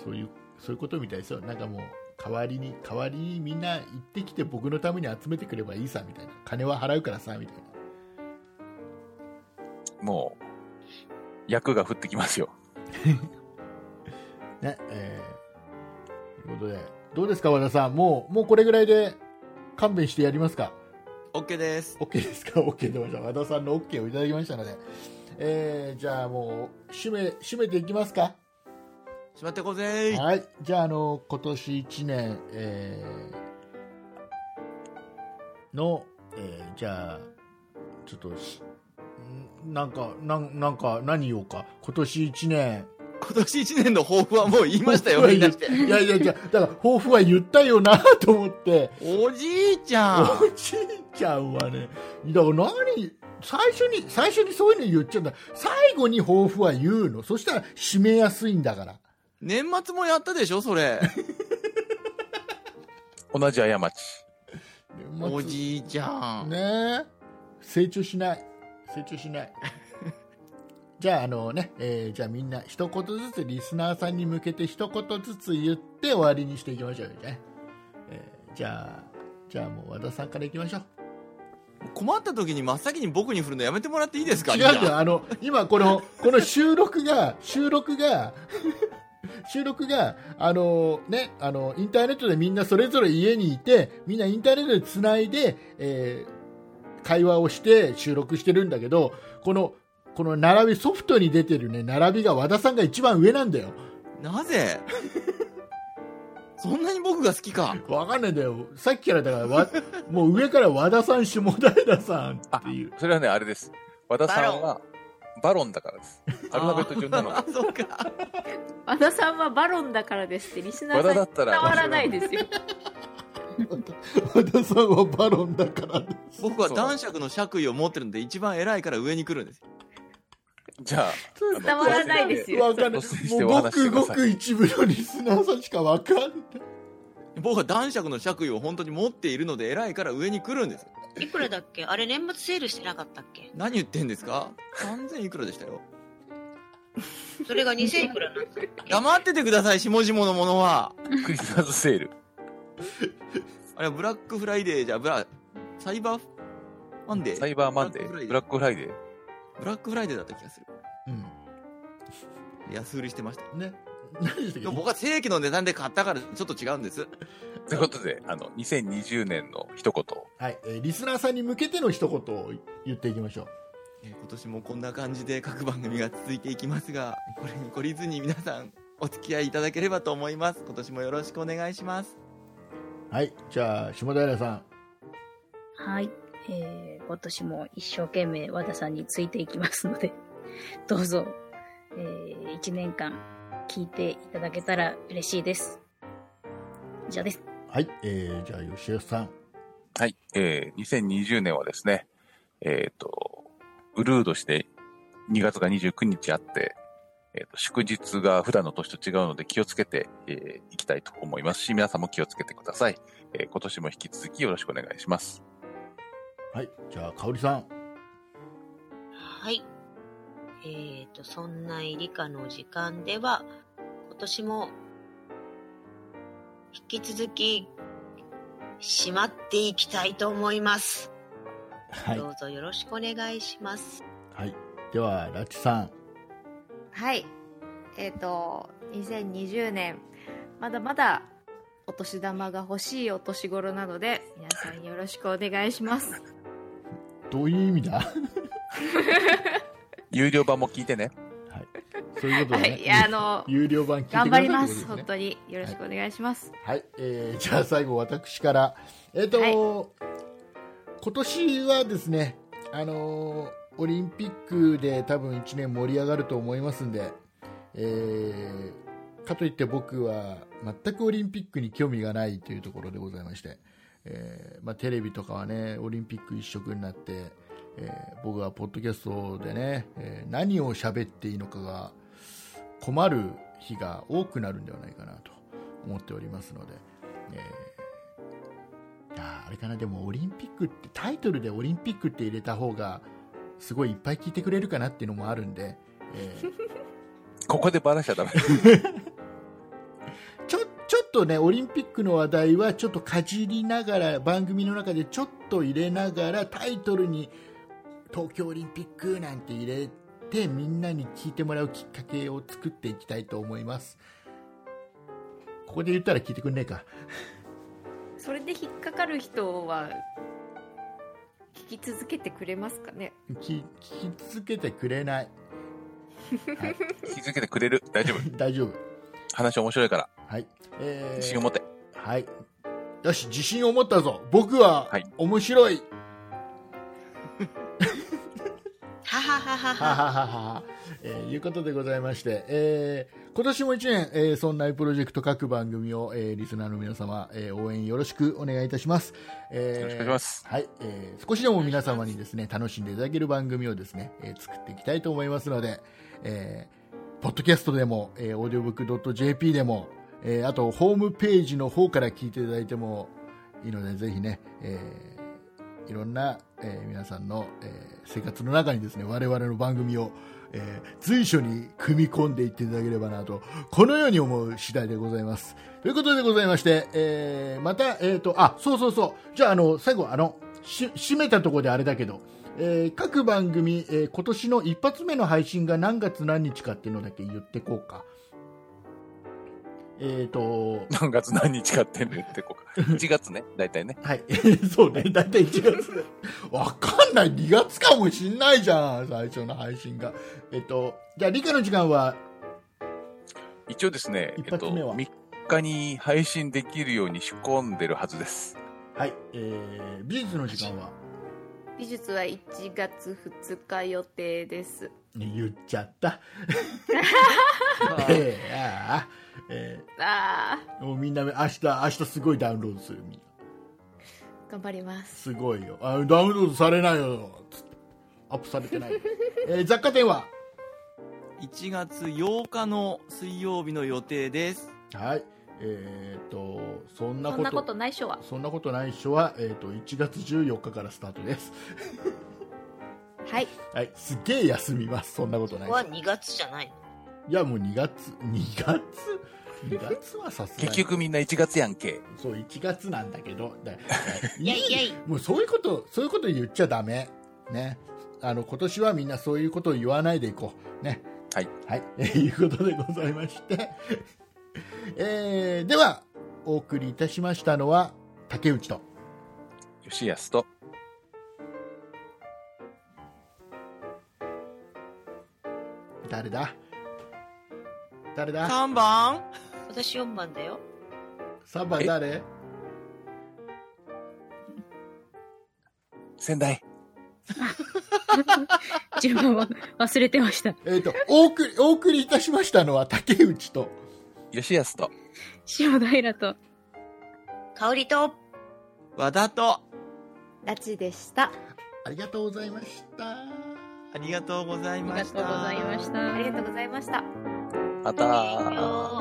[SPEAKER 1] そういうそういうことみたいですよ、なんかもう、代わりに、代わりにみんな行ってきて、僕のために集めてくればいいさみたいな、金は払うからさみたいな、
[SPEAKER 2] もう、役が降ってきますよ。
[SPEAKER 1] ねえーということで、どうですか、和田さん、もうもうこれぐらいで勘弁してやりますか。
[SPEAKER 6] OK です。
[SPEAKER 1] OK ですか ?OK 出ました。和田さんの OK をいただきましたので。えー、じゃあもう、締め、締めていきますか
[SPEAKER 6] しまってこうぜー
[SPEAKER 1] はい。じゃあ、あの、今年1年、えーの、えーじゃあ、ちょっとし、んなんか、なん、なんか、何言おうか。今年1年。
[SPEAKER 6] 今年一年の抱負はもう言いま
[SPEAKER 1] (laughs)
[SPEAKER 6] したよ、みんなして。
[SPEAKER 1] いやいやいや、だから、抱負は言ったよなと思って、
[SPEAKER 6] おじいちゃん。
[SPEAKER 1] おじいちゃんはね、だから何、最初に、最初にそういうの言っちゃうんだ。最後に抱負は言うの。そしたら締めやすいんだから。
[SPEAKER 6] 年末もやったでしょ、それ。
[SPEAKER 2] 同じ過ち。
[SPEAKER 1] 年末
[SPEAKER 6] おじいちゃん。
[SPEAKER 1] ねえ成長しない。成長しない。 (laughs) じゃあ、あのね、えーじゃあみんな一言ずつリスナーさんに向けて一言ずつ言って終わりにしていきましょうよね。えーじゃあ、じゃあもう和田さんからいきましょう。
[SPEAKER 6] 困った時に真っ先に僕に振るのやめてもらっていいですか
[SPEAKER 1] 違
[SPEAKER 6] みんな
[SPEAKER 1] うんだよあの今このこの収録が収録が収録があのねあのインターネットでみんなそれぞれ家にいてみんなインターネットでつないで、えー会話をして収録してるんだけどこのこの並びソフトに出てるね並びが和田さんが一番上なんだよ
[SPEAKER 6] なぜそんなに僕が好きか。
[SPEAKER 1] わかんないんだよさっきからだからわもう上から和田さん下平さんっていう
[SPEAKER 2] それはね、あれです。和田さんは、バロンだからです。 (laughs) アルファベット順なの
[SPEAKER 6] あ
[SPEAKER 2] で。
[SPEAKER 6] ー、そうか。
[SPEAKER 5] 和田さんはバロンだからですってリスナ
[SPEAKER 2] 和
[SPEAKER 5] ー
[SPEAKER 2] 田
[SPEAKER 5] さ
[SPEAKER 2] だ
[SPEAKER 5] んに
[SPEAKER 2] ったら、
[SPEAKER 5] 伝わらないですよ。
[SPEAKER 1] 和田さんはバロンだから
[SPEAKER 6] 僕は男爵の爵位を持ってるんで、一番偉いから上に来るんです。
[SPEAKER 2] じゃあ、あの
[SPEAKER 5] 伝わらないですよ。
[SPEAKER 1] わかんない。
[SPEAKER 2] 率先し
[SPEAKER 1] も
[SPEAKER 2] て
[SPEAKER 1] う
[SPEAKER 2] お
[SPEAKER 1] ご
[SPEAKER 2] 話しし
[SPEAKER 1] く
[SPEAKER 2] てくだ
[SPEAKER 1] ご
[SPEAKER 2] さい
[SPEAKER 1] く一部のリスナーさんしかわかんない。
[SPEAKER 6] 僕は男爵の爵位を本当に持っているので、偉いから上に来るんです。
[SPEAKER 4] いくらだっけあれ年末セールしてなかったっけ
[SPEAKER 6] 何言ってんですか ?3000 いくらでしたよ。
[SPEAKER 4] それが2000いくらなんだ
[SPEAKER 6] 黙っててください、下々のものは。
[SPEAKER 2] クリスマスセール。
[SPEAKER 6] あれはブラックフライデーじゃ、ブラ、サイバーマンデ
[SPEAKER 2] サ
[SPEAKER 6] ー
[SPEAKER 2] イバーマンデー、
[SPEAKER 6] ブ
[SPEAKER 2] ブ
[SPEAKER 6] ラ
[SPEAKER 2] ラックフライデー。
[SPEAKER 6] ブラックフライデーだった気がする。
[SPEAKER 1] う
[SPEAKER 6] 安売りしてました。
[SPEAKER 1] ん。ね。何でし
[SPEAKER 6] で
[SPEAKER 1] たっ
[SPEAKER 6] も僕は正規の値段で買ったからちょっと違うんです。
[SPEAKER 2] ということで、あの、2020年の一言を。
[SPEAKER 1] けはい、えーリスナーさんに向けての一言を言っていきましょう。
[SPEAKER 6] えー今年もこんな感じで各番組が続いていきますが、これに懲りずに皆さんお付き合いいただければと思います。今年もよろしくお願い
[SPEAKER 2] (laughs)
[SPEAKER 6] します。
[SPEAKER 1] はい、じゃあ、下平さん。
[SPEAKER 3] はい。えー、今年も一生懸命和田さんについていきますので、 (laughs) どうぞ、えー、1年間聞いていただけたら嬉しいです。以上です。
[SPEAKER 1] はい、えー、じゃあ、吉吉さん。
[SPEAKER 2] はい。えー、2020年はですね、えっ、と、ウルードして2月が29日あって、えっ、と、祝日が普段の年と違うので気をつけてい、えーいきたいと思いますし、皆さんも気をつけてください。えー今年も引き続きよろしくお願いします。
[SPEAKER 1] はい。じゃあ、かおりさん。
[SPEAKER 4] はい。えっ、と、そんな理科の時間では、今年も、引き続き、しまっていきたいと思います。
[SPEAKER 1] はい
[SPEAKER 4] ど。うぞよろしくお願いします。
[SPEAKER 1] はい。では、ラッチさん。
[SPEAKER 5] はい。えっ、と、2020年、まだまだお年玉が欲しいお年頃なので、皆さんよろしくお願いします。
[SPEAKER 1] どういう意味だ (laughs)
[SPEAKER 2] 有料版も聞いてね。
[SPEAKER 1] そういうこと
[SPEAKER 5] は
[SPEAKER 1] だね。
[SPEAKER 5] い。いや、あの、
[SPEAKER 1] 有料版聞いてください
[SPEAKER 5] 頑張ります。
[SPEAKER 1] ってことで
[SPEAKER 5] 本
[SPEAKER 1] ね
[SPEAKER 5] 当に。よろしくお願いします。
[SPEAKER 1] はい、えー (laughs) じゃあ最後私からえっ、と、
[SPEAKER 5] はい
[SPEAKER 1] 今年はですねあのーオリンピックで多分1年盛り上がると思いますんで、えーかといって僕は全くオリンピックに興味がないというところでございまして、えーまあ、テレビとかはねオリンピック一色になって、えー僕はポッドキャストでね、えー何を喋っていいのかが困る日が多くなるんではないかなと思っておりますので、えーいやーあれかなでもオリンピックってタイトルでオリンピックって入れた方がすごいいっぱい聞いてくれるかなっていうのもあるんで、えー
[SPEAKER 2] ここでバラしちゃダメ。 (laughs)
[SPEAKER 1] ちょちょっとねオリンピックの話題はちょっとかじりながら番組の中でちょっと入れながらタイトルに「東京オリンピック」なんて入れてみんなに聞いてもらうきっかけを作っていきたいと思いますここで言ったら聞いてくんねえか
[SPEAKER 5] それで引っかかる人は、聞き続けてくれますかね
[SPEAKER 1] 聞聞き続けてくれない、はい、
[SPEAKER 2] 引き続けてくれる。大丈夫。
[SPEAKER 1] (laughs) 大丈夫
[SPEAKER 2] 話面白いから。
[SPEAKER 1] はいえー
[SPEAKER 2] 自信を持って。
[SPEAKER 1] はいよし自信を持ったぞ僕は
[SPEAKER 2] はい
[SPEAKER 1] 面白い、
[SPEAKER 4] はははは
[SPEAKER 1] は
[SPEAKER 4] は。
[SPEAKER 1] ははは、 (laughs) えーいうことでございまして、えー今年も1年、えーそんなプロジェクト各番組を、えーリスナーの皆様、えー応援よろしくお願いいたします。えー
[SPEAKER 2] よろしくお願いします
[SPEAKER 1] はい、えー少しでも皆様にですね、楽しんでいただける番組をですね、えー作っていきたいと思いますので、えーポッドキャストでも、えー、audiobook.jp でも、えーあと、ホームページの方から聞いていただいてもいいので、ぜひね、えーいろんな、えー皆さんの、えー生活の中にですね、我々の番組を、えー随所に組み込んでいっていただければなと、このように思う次第でございます。ということでございまして、えーまた、えっ、と、あ、そうそうそう。じゃあ、あの、最後、あの、し、締めたところであれだけど、えー各番組、えー今年の一発目の配信が何月何日かっていうのだけ言ってこうか。えっ、と、
[SPEAKER 2] 何月何日かって言ってこうか。1月ね、大体ね。
[SPEAKER 1] はい。 (laughs) そうね。だいたい1月。わかんない。2月かもしんないじゃん。最初の配信が。えっと、じゃあ、理科の時間は、
[SPEAKER 2] 一応ですね、
[SPEAKER 1] 一
[SPEAKER 2] えっ
[SPEAKER 1] 発
[SPEAKER 2] と、
[SPEAKER 1] 目は
[SPEAKER 2] 3日に配信できるように仕込んでるはずです。
[SPEAKER 1] はい。えー、美術の時間は、
[SPEAKER 5] 美術は1月2日予定です。
[SPEAKER 1] ね言っちゃった。
[SPEAKER 6] まあ
[SPEAKER 1] えー、ああ、え
[SPEAKER 5] あ
[SPEAKER 1] ー、もうみんな、明日、明日すごいダウンロードするみんな。
[SPEAKER 5] ー、頑張ります。
[SPEAKER 1] すごいよ。あダウンロードされないよ。つってアップされてない。えー、雑貨店は
[SPEAKER 6] 1月8日の水曜日の予定です。
[SPEAKER 1] はい。えーっと、そんな
[SPEAKER 5] そ
[SPEAKER 1] こ
[SPEAKER 5] んなこと
[SPEAKER 1] と。
[SPEAKER 5] ないっしょは。
[SPEAKER 1] そんなことない人は、えーっと、1月14日からスタートです。
[SPEAKER 5] はい。
[SPEAKER 1] はい、すっげえ休みます、そんなことない
[SPEAKER 4] は
[SPEAKER 1] です。
[SPEAKER 4] 2月じゃないの
[SPEAKER 1] いや、もう2月、2月 ?2 月はさすがに。
[SPEAKER 2] 結局みんな1月やんけ。
[SPEAKER 1] そう、1月なんだけど、だ
[SPEAKER 4] (laughs) いやいやいや。
[SPEAKER 1] もうそういうこと、そういうこと言っちゃダメ。ね。あの、今年はみんなそういうことを言わないでいこう。ね。
[SPEAKER 2] はい。
[SPEAKER 1] はい。 (laughs) えーいうことでございまして。 (laughs) えー、では、お送りいたしましたのは、竹内と。
[SPEAKER 2] 吉安と。
[SPEAKER 1] 誰だ誰だ
[SPEAKER 6] 3番
[SPEAKER 4] 私4番だよ。
[SPEAKER 1] ?3 番誰
[SPEAKER 2] 仙台。
[SPEAKER 3] (laughs) 自分は忘れてました。
[SPEAKER 1] えっ、と、お送り、お送りいたしましたのは竹内と。
[SPEAKER 2] 吉安と。
[SPEAKER 3] 塩平と。
[SPEAKER 4] 香りと、
[SPEAKER 6] 和田と
[SPEAKER 5] ラチでした。
[SPEAKER 1] ありがとうございました。
[SPEAKER 7] ありがとうござい
[SPEAKER 6] あり
[SPEAKER 7] ま
[SPEAKER 6] が
[SPEAKER 7] し
[SPEAKER 6] とう
[SPEAKER 7] た。
[SPEAKER 6] ございました。
[SPEAKER 3] ありがとうございました。
[SPEAKER 2] ま
[SPEAKER 3] ごきげん
[SPEAKER 2] た。
[SPEAKER 3] よう